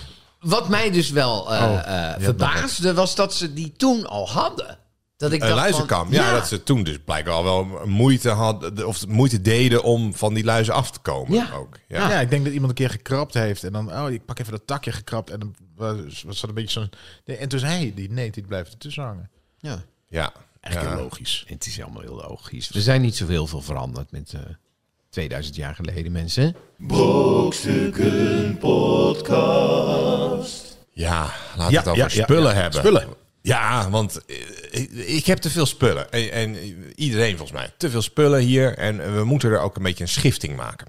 wat mij dus wel eh, eh, verbaasde, was dat ze die toen al hadden. Dat ik
Een
dacht
luizenkam.
van,
Ja, dat ze toen dus blijkbaar al wel moeite hadden... of moeite deden om van die luizen af te komen
Ja.
ook. Ja.
Ja. ik denk dat iemand een keer gekrapt heeft. En dan, oh, ik pak even dat takje gekrapt. En dan was, was dat een beetje zo'n... Nee, En toen zei hij, die, nee, die blijft ertussen hangen.
ja.
Ja.
Echt
Ja.
heel logisch.
Het is allemaal heel logisch. Er zijn niet zo heel veel veranderd met eh 2000 jaar geleden, mensen.
Brokstukken Podcast.
Ja, laten we
Ja,
het over
ja, ja,
spullen
ja.
hebben.
Spullen.
Ja, want eh, ik, ik heb te veel spullen. En, en iedereen volgens mij. Te veel spullen hier. En we moeten er ook een beetje een schifting maken.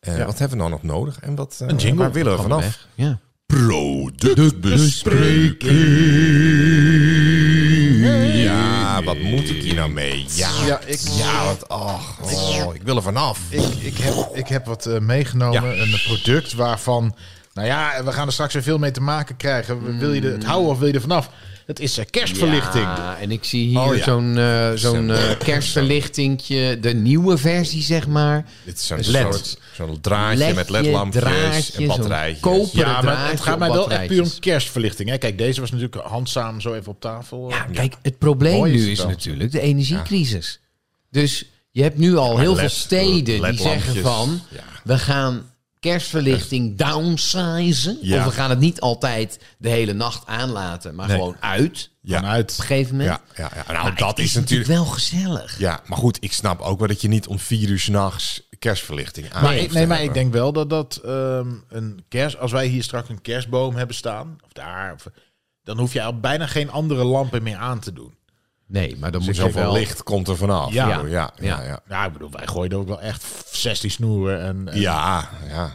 Eh, Wat hebben we dan nog nodig? En wat, eh,
Een jingle.
waar willen we
Van de
vanaf?
weg.
Ja.
Productbespreking. Ja, wat moet ik hier nou mee? Ja,
Ja, ik,
ja wat, ach, oh, ik wil er vanaf.
ik, ik, heb, ik heb wat eh, meegenomen. Een product waarvan... Nou ja, we gaan er straks weer veel mee te maken krijgen. Wil je er- het houden of wil je er vanaf? Het is eh, kerstverlichting.
Ja, en ik zie hier
Oh, ja.
zo'n eh, zo'n eh, kerstverlichtingje, de nieuwe versie, zeg maar.
Dit is zo'n
Een LED.
soort- zo'n draadje met
Ledje,
ledlampjes
draadje,
en
zo'n
batterijtjes.
koper.
Ja, maar het
draadje
gaat mij
op
wel echt puur om
batterijtjes.
kerstverlichting. Hè? Kijk, deze was natuurlijk handzaam zo even op tafel. eh,
Ja, kijk, het probleem
Mooi is
nu
het
is
wel.
natuurlijk de energiecrisis. Dus je hebt nu al heel
LED
veel steden die
LED-lampjes.
zeggen van...
Ja.
we gaan kerstverlichting downsizen.
Ja.
Of we gaan het niet altijd de hele nacht aanlaten, maar
Nee.
gewoon uit
Ja.
Vanuit.
op een gegeven moment.
Ja, ja, ja. Nou,
Maar
dat
het
is, natuurlijk...
wel gezellig.
Ja, maar goed, ik snap ook wel dat je niet om vier uur s'nachts kerstverlichting aan
Maar
hoeft
ik,
te
nee, maar
hebben.
ik denk wel dat dat ehm, een kerst... Als wij hier straks een kerstboom hebben staan, of daar... Of, dan hoef je al bijna geen andere lampen meer aan te doen.
Nee, maar dan moet je
Zoveel
wel...
licht komt er vanaf.
Ja.
ja, ja. ja, ja.
Nou, ik bedoel, wij gooiden ook wel echt 16 snoeren. En, en-
Ja, ja.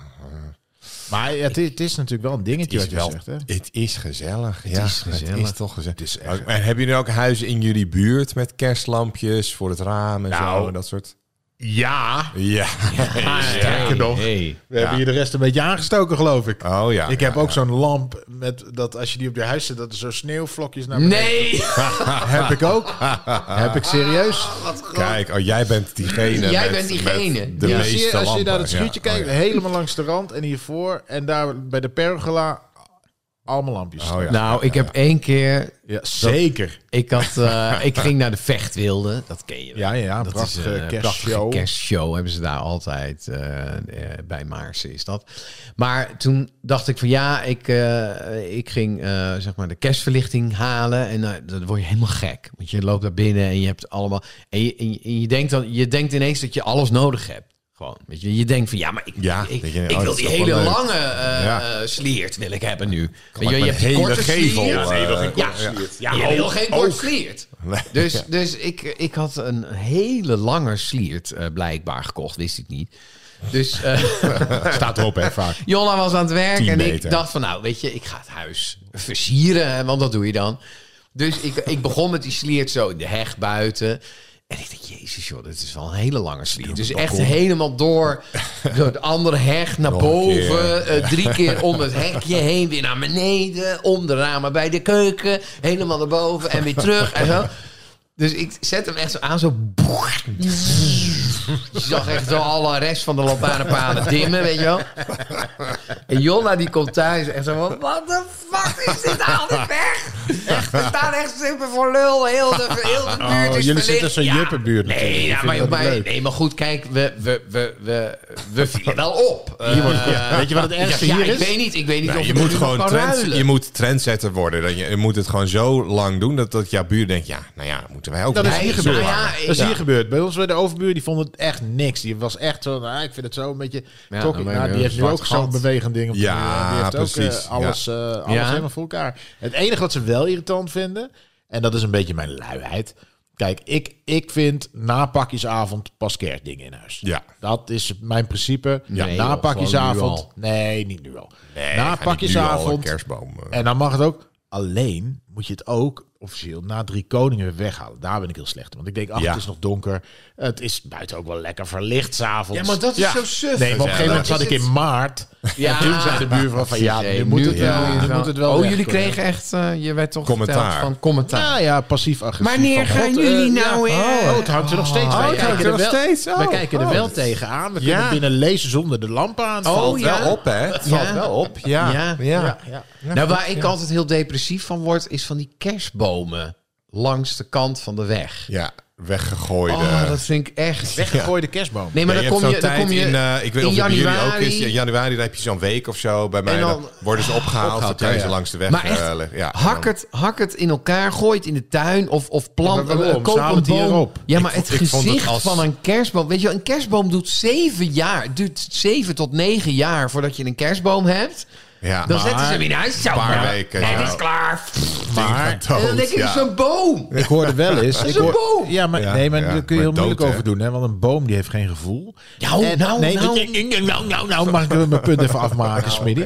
Maar het is, het is natuurlijk wel een dingetje
Het
wat
is
je
wel,
zegt, hè?
het is gezellig. ja,
is gezellig.
Het is toch gezellig. en hebben jullie ook huizen in jullie buurt met kerstlampjes voor het raam en
Nou.
zo en dat soort?
Ja!
Ja.
(laughs)
Ah,
Sterker nog,
Hey.
we hebben hier de rest een beetje aangestoken, geloof ik.
Oh ja.
ik heb
ja,
ook
ja.
zo'n lamp met dat als je die op je huis zet, dat er zo sneeuwvlokjes naar beneden.
Nee!
Heb ik ook. Heb ik serieus.
Kijk, oh, jij bent diegene.
Jij
met-
bent diegene.
met De
Ja.
meeste
Zie je, als je
lampen.
naar het schuurtje
Ja,
kijkt,
oh, ja.
helemaal langs de rand en hiervoor. En daar bij de pergola, allemaal lampjes.
Oh, ja.
Nou, ik heb één keer...
Ja, zeker.
Ik, had, eh, ik ging naar de Vechtwilde. Dat ken je wel.
Ja, ja, ja.
Dat is
prachtige
een eh, prachtige
kerstshow.
kerstshow. Hebben ze daar altijd eh, eh, bij Maarsen is dat. Maar toen dacht ik van ja, ik, eh, ik ging eh, zeg maar de kerstverlichting halen. En eh, dan word je helemaal gek. Want je loopt daar binnen en je hebt allemaal... En je, en je, en je denkt, dan, je denkt ineens dat je alles nodig hebt. Gewoon, weet je, je denkt van ja, maar ik,
Ja,
ik,
dat je-
ik
oh,
wil
dat is toch
die
wel
hele
leuk.
lange eh,
Ja.
eh, sliert wil ik hebben nu. Weet
maar
je, je
met
hebt die
hele
korte
gevel, eh,
sliert.
Ja, nee, je wil geen
ja, ja, je wil geen kort sliert.
Nee.
(laughs)
Dus, dus ik, ik had een hele lange sliert eh, blijkbaar gekocht, wist ik niet. Dus eh,
(laughs) Staat erop, hè, vaak.
Jonna was aan het werk
10
en
meter.
ik dacht van nou, weet je, ik ga het huis versieren, hè, want dat doe je dan. Dus ik, ik begon met die sliert zo in de heg buiten. En ik dacht, jezus joh, dit is wel een hele lange sliert. Dus echt
(laughs)
helemaal door, door het andere heg naar
Nog een
boven.
keer.
eh, drie keer om het hekje heen, weer naar beneden. Om de ramen bij de keuken, helemaal naar boven en weer terug en zo. Dus ik zet hem echt zo aan, zo... Je zag echt zo alle rest van de lantaarnpalen dimmen, weet je wel. En Jonna die komt thuis en zo van... Wat de fuck is dit al niet weg? Echt, we staan echt super voor lul. Heel de, heel de buurt
Oh,
is
jullie
verlicht.
zitten zo'n
Ja.
jippenbuurt natuurlijk.
Nee, ja,
Ik vind
maar,
dat
maar-
leuk.
nee, maar goed, kijk, we, we, we, we, we vielen wel op. Eh,
ja. Weet je wat het
ik dacht,
ergste
ja,
hier
ik
is?
weet niet, ik weet niet
Nou,
of
je
ik het
moet
nu nog
gewoon
kan
trend,
ruilen.
je moet trendsetter worden. Dat je, je moet het gewoon zo lang doen dat, dat jouw buur denkt... Ja, nou ja, dat moeten wij ook
Dat
doen.
is hier
Nee,
gebeurd.
nou ja,
dat is
ja.
hier gebeurd. Bij ons bij de overbuur, die vonden het echt niks. Die was echt zo, nou, ik vind het zo een beetje...
Ja,
tokkie.
dan ben
Nou,
je
die heeft nu
zwart
ook zo'n
gat.
bewegend ding. Op
Ja,
die, eh, die heeft ook
precies,
eh, alles, eh, alles
Ja.
helemaal voor elkaar. Het enige wat ze wel irritant vinden, en dat is een beetje mijn luiheid... Kijk, ik, ik vind na pakjesavond pas kerstdingen in huis.
Ja.
Dat is mijn principe. na
Ja. Nee, joh, gewoon nu
pakjesavond.
al.
Nee, niet nu al.
ga
na
niet nu al een
pakjesavond.
kerstboom. eh.
En dan mag het ook. Alleen moet je het ook officieel na drie koningen weer weghalen. Daar ben ik heel slecht in. Want ik denk, ach,
Ja.
het is nog donker. Het is buiten ook wel lekker verlicht s'avonds.
Ja, maar dat is
Ja.
zo suf.
Nee, maar op een gegeven moment
dat
zat ik
is
in maart.
Ja.
En toen zei de buurvrouw van, ja,
Nee,
nu moet het
ja.
wel, nu moet het wel
Oh,
weg
jullie
komen.
kregen echt, eh, je werd toch
Commentaar.
verteld van commentaar.
Ja, ja, passief-agressief.
Maar neer
van,
gaan
God,
jullie
eh,
nou,
ja.
hè?
Oh, het houdt er nog steeds bij.
het
Wij
houdt
kijken
er
er
nog
wel-
steeds?
Wij
Oh,
kijken er
oh.
wel tegenaan. We
Ja.
kunnen binnen lezen zonder de lamp aan.
Oh,
Valt
ja.
wel op, hè? Het
Ja.
valt wel op. Ja.
Ja.
Ja.
Ja, ja.
Nou, waar ik altijd heel depressief van word, is van die kerstbomen langs de kant van de weg.
Ja, weggegooide.
Oh, dat vind ik echt.
Weggegooide kerstboom.
Nee, maar
Ja,
dan, kom
hebt
je,
zo'n
dan
tijd
kom je
in, eh, ik weet
in
niet of het bij jullie ook
januari.
is. In januari dan heb je zo'n week of zo. Bij mij
dan-
dan worden ze opgehaald.
Opgehaald,
dan kan je
ja,
ze
ja.
langs de weg
Maar echt,
eh, leggen. ja,
hak,
dan-
het, hak het in elkaar, gooi het in de tuin of, of
Ja,
plant,
maar waarom?
eh, koop
Ze halen
een
het hier
boom.
op.
Ja, maar
Ik-
het
ik vond het
gezicht
als-
van een kerstboom. Weet je wel, een kerstboom doet zeven jaar. Het duurt zeven tot negen jaar voordat je een kerstboom hebt.
Ja,
Dan
maar
zetten ze hem in huis. Zo,
een paar
maar-
weken,
Nee,
ja.
dat is klaar.
maar,
En dan denk
(laughs)
ik,
ja.
dat is een boom.
Ik hoorde wel
(laughs)
eens.
is
ik
een
hoor-
boom.
Ja, maar,
Ja,
nee, maar
ja,
daar kun
maar
je heel moeilijk
dood, hè?
over doen, hè? Want een boom die heeft geen gevoel.
Nou,
En-
nou,
nee,
nou.
dat je- nou, nou, nou, mag ik mijn punt even afmaken,
Nou,
Smiddy?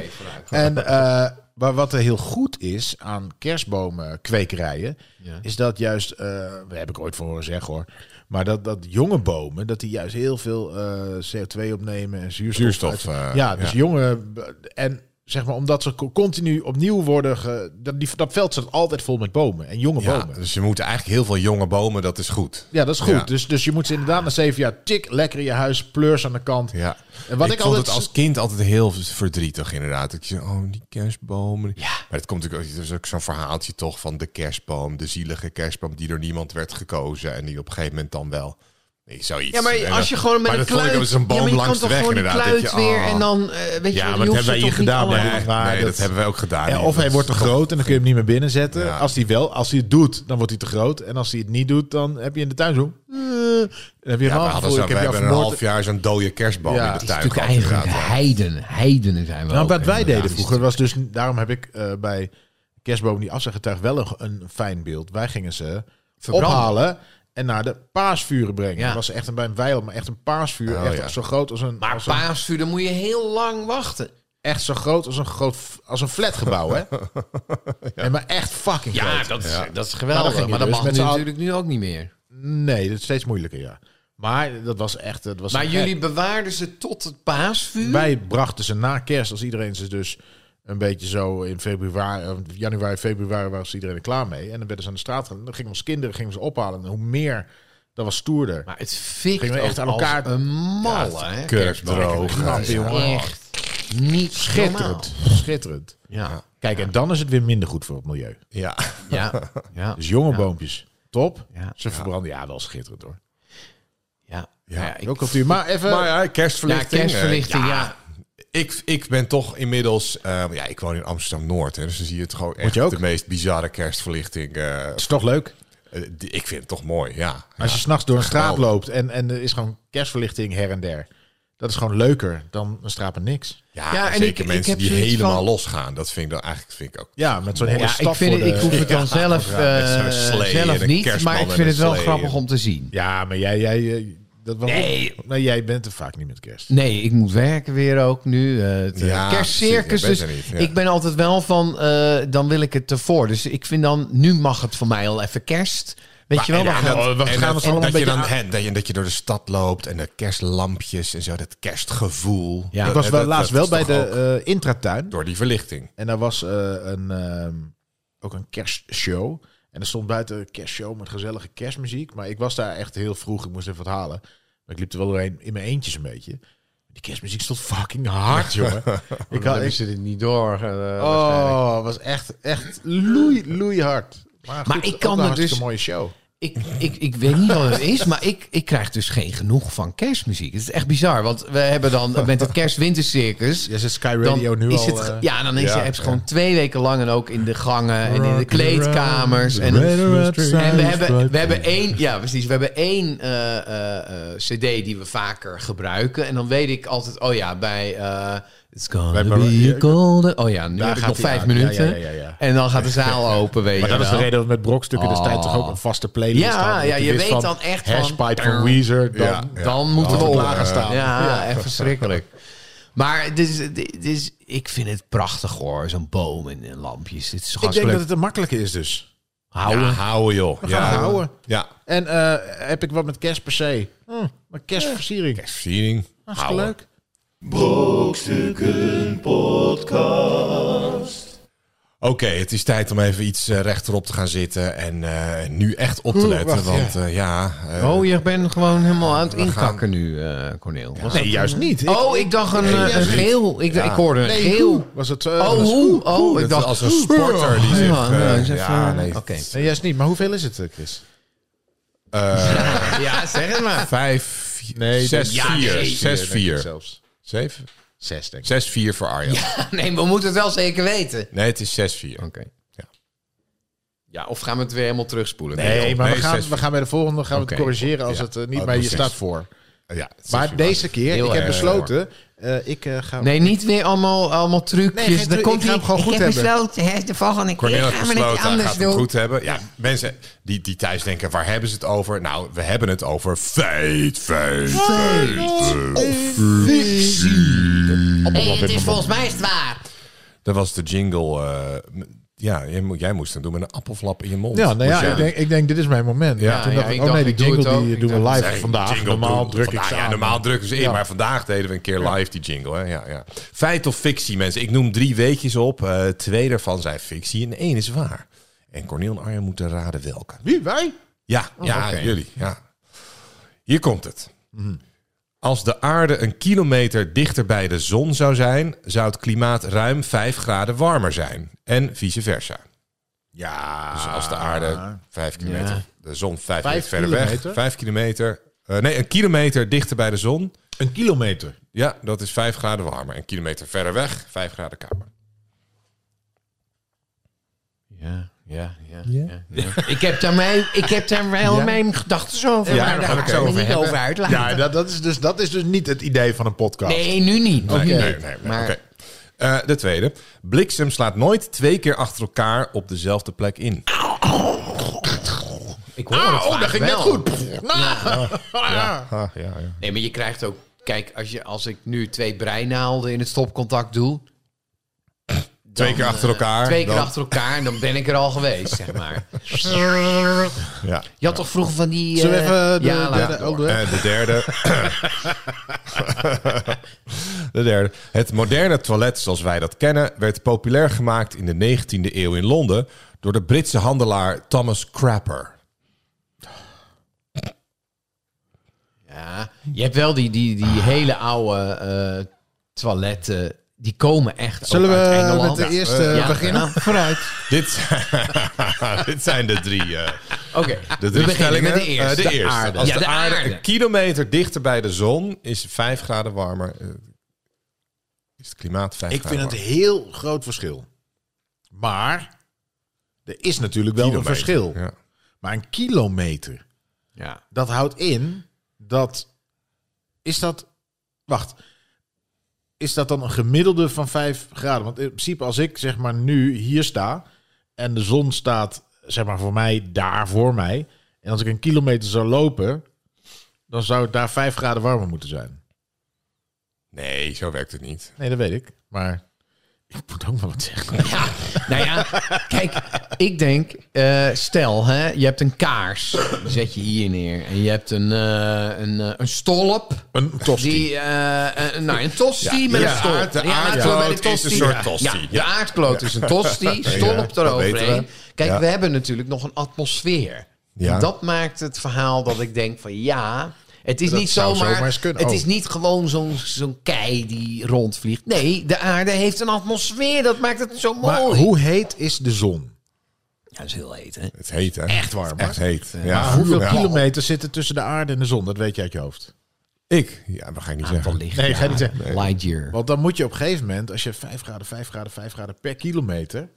En eh, maar wat er heel goed is aan kerstbomenkwekerijen,
Ja.
is dat juist, eh daar heb ik ooit voor horen zeggen hoor, maar dat, dat jonge bomen, dat die juist heel veel eh, CO2 opnemen en zuurstof.
Zuurstof,
uit-
eh,
ja, dus
ja.
jonge, en zeg maar omdat ze co- continu opnieuw worden, ge- dat, die, dat veld staat altijd vol met bomen en jonge
Ja,
bomen.
dus je moet eigenlijk heel veel jonge bomen, dat is goed.
Ja, dat is goed.
Ja.
Dus, dus je moet ze inderdaad na zeven jaar tik lekker in je huis, pleurs aan de kant.
Ja.
En wat ik,
vond
altijd
het als kind altijd heel verdrietig, inderdaad. Ik zei, oh, die kerstbomen. Maar het komt natuurlijk ook, er is ook zo'n verhaaltje toch van de kerstboom, de zielige kerstboom die door niemand werd gekozen en die op een gegeven moment dan wel. Nee, zoiets.
Ja, maar
En,
als
eh,
je gewoon met
maar
een
dat vond ik
kluit...
ook als een boom
ja, maar je
langs de
kan toch
weg,
gewoon die
inderdaad, dat
kluit
je,
weer
oh.
en dan... eh, weet je,
Ja,
die
maar dat
hoeft
hebben wij
ze
hier
toch niet
gedaan.
allemaal-
Nee,
doen. Maar
nee, dat,
dat-
hebben wij ook gedaan.
Ja,
hier.
of hij
Dat
wordt te
is
groot en dan kun je hem niet meer binnenzetten.
Ja.
Als hij wel, als hij het doet, dan wordt hij te groot. En als hij het niet doet, dan heb je in de tuin zo. eh, dan heb je
Ja, we
helemaal
hadden
gevoel,
zo,
ik heb
we
jou
hebben een half
vermoord.
jaar zo'n dode kerstboom
Ja,
in
het
de
is
Het
tuin
is natuurlijk
gehad.
eigenlijk
inderdaad, ja.
heiden. Heidenen zijn we
Nou,
ook, eh,
wat wij
inderdaad.
deden vroeger was dus, daarom heb ik eh, bij kerstboom die afzeggetuig wel een, een fijn beeld. Wij gingen ze
Verbranden.
ophalen en naar de paasvuren brengen.
Ja.
Dat was echt een, bij een weiland, maar echt een paasvuur.
Oh,
echt
ja.
zo groot als een...
Maar
als een
paasvuur, dan moet je heel lang wachten.
echt zo groot als een groot f- als een flatgebouw, hè? Nee, maar echt fucking groot.
dat is, dat is
Nou, dan ging je
maar dat
dus
mag
met
nu
z'n allen-
natuurlijk nu ook niet meer.
Nee, dat is steeds moeilijker, ja. Maar dat was echt... Dat was
Maar
echt-
jullie bewaarden ze tot het paasvuur?
Wij brachten ze na kerst, als iedereen ze dus een beetje zo in februari, eh, januari, februari was iedereen er klaar mee. En dan werden ze aan de straat gaan. Dan gingen we als kinderen gingen we ze ophalen. En hoe meer, dat was stoerder.
Maar het fikt
Gingen we echt
echt
aan
aan
elkaar-
een malle,
Ja,
hè?
Kerstboom.
Knap,
Ja.
jongen.
Echt niet
Schitterend. Schitterend.
normaal.
Kijk, en dan is het weer minder goed voor het milieu.
Ja.
Ja, ja, ja.
Dus jonge
Ja.
boompjes, top.
Ja.
Ze verbranden, ja, wel schitterend hoor.
ja.
Ja.
ja, ik-
Ook cultuur. Maar even...
Maar ja,
ja,
kerstverlichting. eh,
kerstverlichting, ja.
Ik, ik ben toch inmiddels... eh, ja, ik woon in Amsterdam-Noord. hè, Dus dan zie je het gewoon echt
je ook?
de meest bizarre kerstverlichting. eh, eh,
Het is toch leuk?
die- ik vind het toch mooi, ja.
Als je s'nachts door een straat
geweldig.
loopt en, en er is gewoon kerstverlichting her en der. Dat is gewoon leuker dan een straat met niks.
Ja,
Ja, en
en zeker
ik- ik
mensen
heb
die
zoiets
helemaal
van-
losgaan. Dat vind ik dan eigenlijk vind ik ook...
Ja, met zo'n hele
Ja,
stap
ik, vind
voor
het, ik
de-
hoef het dan zelf,
ja, met zo'n
eh,
slee en
zelf
een
niet,
kerstman
maar ik
en
vind
een
het wel
slee
grappig
en-
om te zien.
Ja, maar jij... jij eh, dat wel
Nee.
Nee, jij bent er vaak niet met kerst.
Nee, ik moet werken weer ook nu. eh, het eh,
Ja,
kerstcircus.
precies, je bent
Dus
er niet, ja.
ik ben altijd wel van, eh, dan wil ik het ervoor. Dus ik vind dan, nu mag het voor mij al even kerst. Weet je wel,
en
dan
dat-
gaan we-
we gaan
en
het
dat- dat
allemaal een
je
beetje
dan
aan-
hè, dat je- dat je door de stad loopt en de kerstlampjes en zo, dat kerstgevoel.
Ja.
Ik was
Dat-
wel
dat-
laatst
dat
wel
is
bij
toch
de
ook
eh, intratuin.
Door die verlichting.
En daar was eh, een, ehm, ook een kerstshow. En er stond buiten een kerstshow met gezellige kerstmuziek. Maar ik was daar echt heel vroeg. Ik moest even wat halen. Maar ik liep er wel doorheen in mijn eentje zo'n beetje. Die kerstmuziek stond fucking
(laughs)
hard, jongen. ik had, ik-
ze dit niet door. eh, waarschijnlijk.
oh, was echt, echt loei, loeihard. Maar,
Maar
goed,
ik
ook
kan
een
er
hartstikke
dus-
mooie show.
Ik, ik, ik weet niet wat het is, maar ik, ik krijg dus geen genoeg van kerstmuziek. Het is echt bizar, want we hebben dan
(laughs)
met het kerstwintercircus...
Ja, zit Sky Radio nu al...
ge-
eh,
ja, dan is
ja,
je apps
ja.
gewoon twee weken lang en ook in de gangen en in de kleedkamers. En, en we, hebben, we hebben één, ja, precies, we hebben één eh, eh, eh, CD die we vaker gebruiken. En dan weet ik altijd, oh ja, bij eh It's Gonna
Bij
Be
Mariah-
a Cold- Oh ja, nu
Daar
heb ik
gaat
nog
hij
vijf
aan. Ja,
minuten.
ja, ja, ja.
En dan gaat de zaal open, weet
Maar
je
dat is de
wel.
reden dat we met brokstukken
Oh.
destijds toch ook een vaste playlist
Ja,
hadden.
ja,
Dat
je
wist
weet dan echt van-
Hashpipe van Weezer, dan...
Ja.
Dan moeten we
moet
op.
klaar gaan staan.
Ja, echt verschrikkelijk. Maar het is, het is, ik vind het prachtig hoor, zo'n boom en, en lampjes. Het is
Ik denk
hartstikke
dat
leuk.
het een makkelijke is dus.
Houden.
Ja, houden joh.
gaan
ja.
houden.
Ja.
En eh, heb ik wat met kerst per se? Hm, maar kerstversiering.
Versiering.
Hartstikke
Houden.
leuk.
Brokstukken Podcast.
Oké, het is tijd om even iets eh, rechterop te gaan zitten en eh, nu echt op te
Oeh,
letten.
wacht,
want eh, ja, eh,
Oh, je bent gewoon helemaal aan het
gaan-
inkakken nu, eh Corneel. Was
Nee, juist niet. Ik-
dat- oh, ik dacht een, eh, een
juist niet.
geel. Ik,
Ja.
ik hoorde een
nee,
geel.
Was het... eh,
Oh,
was-
hoe? Oh, ik
dat
dacht...
is als een sporter die
Oh,
zich...
ja,
eh,
nee, is even-
ja, nee.
Oké.
Nee, juist niet. Maar hoeveel is het, eh, Chris?
Ja, zeg het maar.
Vijf, nee, zes,
ja,
vier.
nee.
Zes,
Vier, denk ik
vier.
Zelfs.
Zeven?
Zes, denk ik.
Zes, vier voor Arjan.
Nee, we moeten het wel zeker weten. Oké.
Nee, het is zes, vier.
Ja. ja, of gaan we het weer helemaal terugspoelen?
Nee, maar we
Nee,
gaan,
zes,
we gaan bij de volgende gaan we het
Oké.
corrigeren als het eh, niet
Oh,
bij je
precies.
staat voor.
Ja, het is
Maar
zes,
deze
vier.
keer,
Heel
ik heb
erg
besloten, eh, ik eh, ga...
Nee, niet weer allemaal, allemaal trucjes.
Nee, geen truc,
Dan komt
ik ga hem
die-
gewoon goed
heb
hebben.
besloten, hè, de volgende keer
Cornel heeft
gaan we het
besloten, hij
anders
gaat het
doen.
goed hebben. Ja, mensen die, die thuis denken, waar hebben ze het over? Nou, we hebben het over feit, feit, feit.
Oh. Hey, het is volgens mij is het waar.
Dat was de jingle. eh, m- ja, jij, mo- jij moest dat doen met een appelflap in je mond.
Ja, nou ja,
Moest jij-
ik denk, ik denk dit is mijn moment. Ja,
Ja,
toen
ja,
dacht
ik
ik, oh
dacht,
nee, die
ik doe
jingle
het ook.
die
Ik
doen we
dacht,
live
Zeg,
vandaag.
jingle
Normaal
doen.
druk ik
Vandaag-
ze
ja,
aan.
normaal drukken ze in,
Ja.
maar vandaag deden we een keer live die jingle. Hè? Ja, ja. Feit of fictie, mensen. Ik noem drie weetjes op. Eh, twee daarvan zijn fictie en één is waar. En Cornel en Arjen moeten raden welke.
Wie, wij?
Ja, ja
oké.
jullie. Ja. Hier komt het. Als de aarde een kilometer dichter bij de zon zou zijn, zou het klimaat ruim 5 graden warmer zijn. En vice versa.
Ja.
Dus als de aarde 5 kilometer,
Ja.
de zon 5 kilometer
Vijf
verder
kilometer?
weg, 5 kilometer, eh, nee, een kilometer dichter bij de zon,
Een kilometer.
ja, dat is 5 graden warmer. Een kilometer verder weg, 5 graden kouder.
Ja, ja, ja. Ik heb daar, mijn, ik heb daar wel mijn gedachten over.
Ja,
maar
daar
daar
gaan
ga
we
ik
het
zo
over
niet
hebben.
over uitlaten.
Ja, dat, dat, is dus, dat is dus niet het idee van een podcast.
nee, nu niet.
Nee,
Ook
nee,
niet.
nee, nee,
maar
oké. Eh, de tweede. Bliksem slaat nooit twee keer achter elkaar op dezelfde plek in.
ik hoor het vaak wel.
Ja, ah, ja, ja.
Nee, maar je krijgt ook... Kijk, als, je, als ik nu twee breinaalden in het stopcontact doe...
Twee
dan,
keer achter
eh,
elkaar.
twee keer
dan-
achter elkaar en dan ben ik er al geweest, zeg maar.
Ja.
Je had toch vroeger van die...
Zullen we
eh,
even de-
ja,
de-
laat
de-
door.
ook de-
En de derde. (laughs) de derde. Het moderne toilet zoals wij dat kennen werd populair gemaakt in de 19e eeuw in Londen door de Britse handelaar Thomas Crapper.
Ja, je hebt wel die, die, die hele oude eh, toiletten. Die komen echt
Zullen
ook uit
we met
Engeland.
de eerste
Ja,
eh, beginnen?
nou, vooruit.
Dit, dit zijn (laughs) de drie. eh,
Oké,
de drie
we beginnen
stellingen.
met de eerste.
Eh, de, eerste.
aarde.
Als
ja,
de, aarde, een kilometer dichter bij de zon is 5 graden warmer. eh, is het klimaat 5
Ik
graden
vind het
warmer.
heel groot verschil. Maar er is natuurlijk wel een
Kilometer,
verschil.
ja.
Maar een kilometer,
Ja.
dat houdt in dat... Is dat... Wacht. Is dat dan een gemiddelde van 5 graden? Want in principe als ik zeg maar nu hier sta... en de zon staat zeg maar voor mij daar voor mij... en als ik een kilometer zou lopen... dan zou het daar 5 graden warmer moeten zijn.
Nee, zo werkt het niet.
Nee, dat weet ik. Maar ik moet ook maar wat zeggen.
Ja, nou ja, kijk, ik denk, eh, stel, hè, je hebt een kaars, die zet je hier neer. En je hebt een, eh, een, eh, een stolp.
Een tosti.
Die, eh, een, nou, een tosti met
ja,
een stolp.
aard- de
Ja, maar
aardkloot
bij de
is een soort tosti.
Ja, de
Ja.
aardkloot is een tosti, stolp
dat weten
eroverheen.
we.
Kijk,
Ja.
we hebben natuurlijk nog een atmosfeer.
Ja.
En dat maakt het verhaal dat ik denk van ja... Het is,
Dat
niet
zou
zomaar,
zomaar eens kunnen.
het
Oh.
is niet gewoon zo'n zo'n kei die rondvliegt. Nee, de aarde heeft een atmosfeer. Dat maakt het zo mooi.
Maar hoe heet is de zon?
Ja, dat is heel heet, hè?
Het is heet, hè?
Echt warm, hè?
Echt heet. Ja.
Maar hoeveel
Ja.
kilometers zitten tussen de aarde en de zon? Dat weet je uit je hoofd.
Ik? Ja, dat ga ik niet
Aantal
zeggen.
licht.
Nee, ga je niet zeggen.
Lightyear.
Want dan moet je op een gegeven moment, als je 5 graden, 5 graden, 5 graden per kilometer.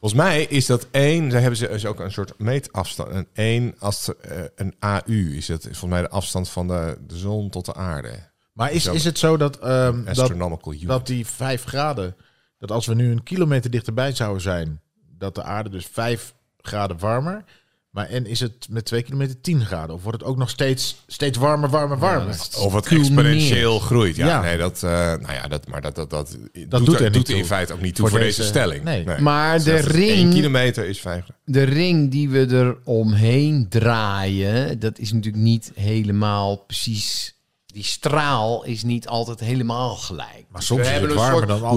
Volgens mij is dat één. Daar hebben ze dus ook een soort meetafstand. Een één als eh, een AU is dat is volgens mij de afstand van de, de zon tot de aarde.
Maar is,
Zo.
is het zo dat, ehm, dat,
Astronomical unit.
dat die 5 graden, dat als we nu een kilometer dichterbij zouden zijn, dat de aarde dus 5 graden warmer. Maar en is het met 2 kilometer 10 graden? Of wordt het ook nog steeds, steeds warmer, warmer, warmer? Oh,
Of het
Culmineert.
exponentieel groeit. Ja,
Ja.
nee, dat, eh, nou ja, dat, maar dat, dat, dat,
doet
doet
er
er,
niet
doet er in
toe.
feite ook niet toe
Voor
voor, deze,
deze-
stelling.
nee.
Maar de
Dus dat is één
ring,
kilometer is vijf.
de ring die we er omheen draaien, dat is natuurlijk niet helemaal precies... Die straal is niet altijd helemaal gelijk.
maar soms
We
is het
hebben een
warmer
soort-
dan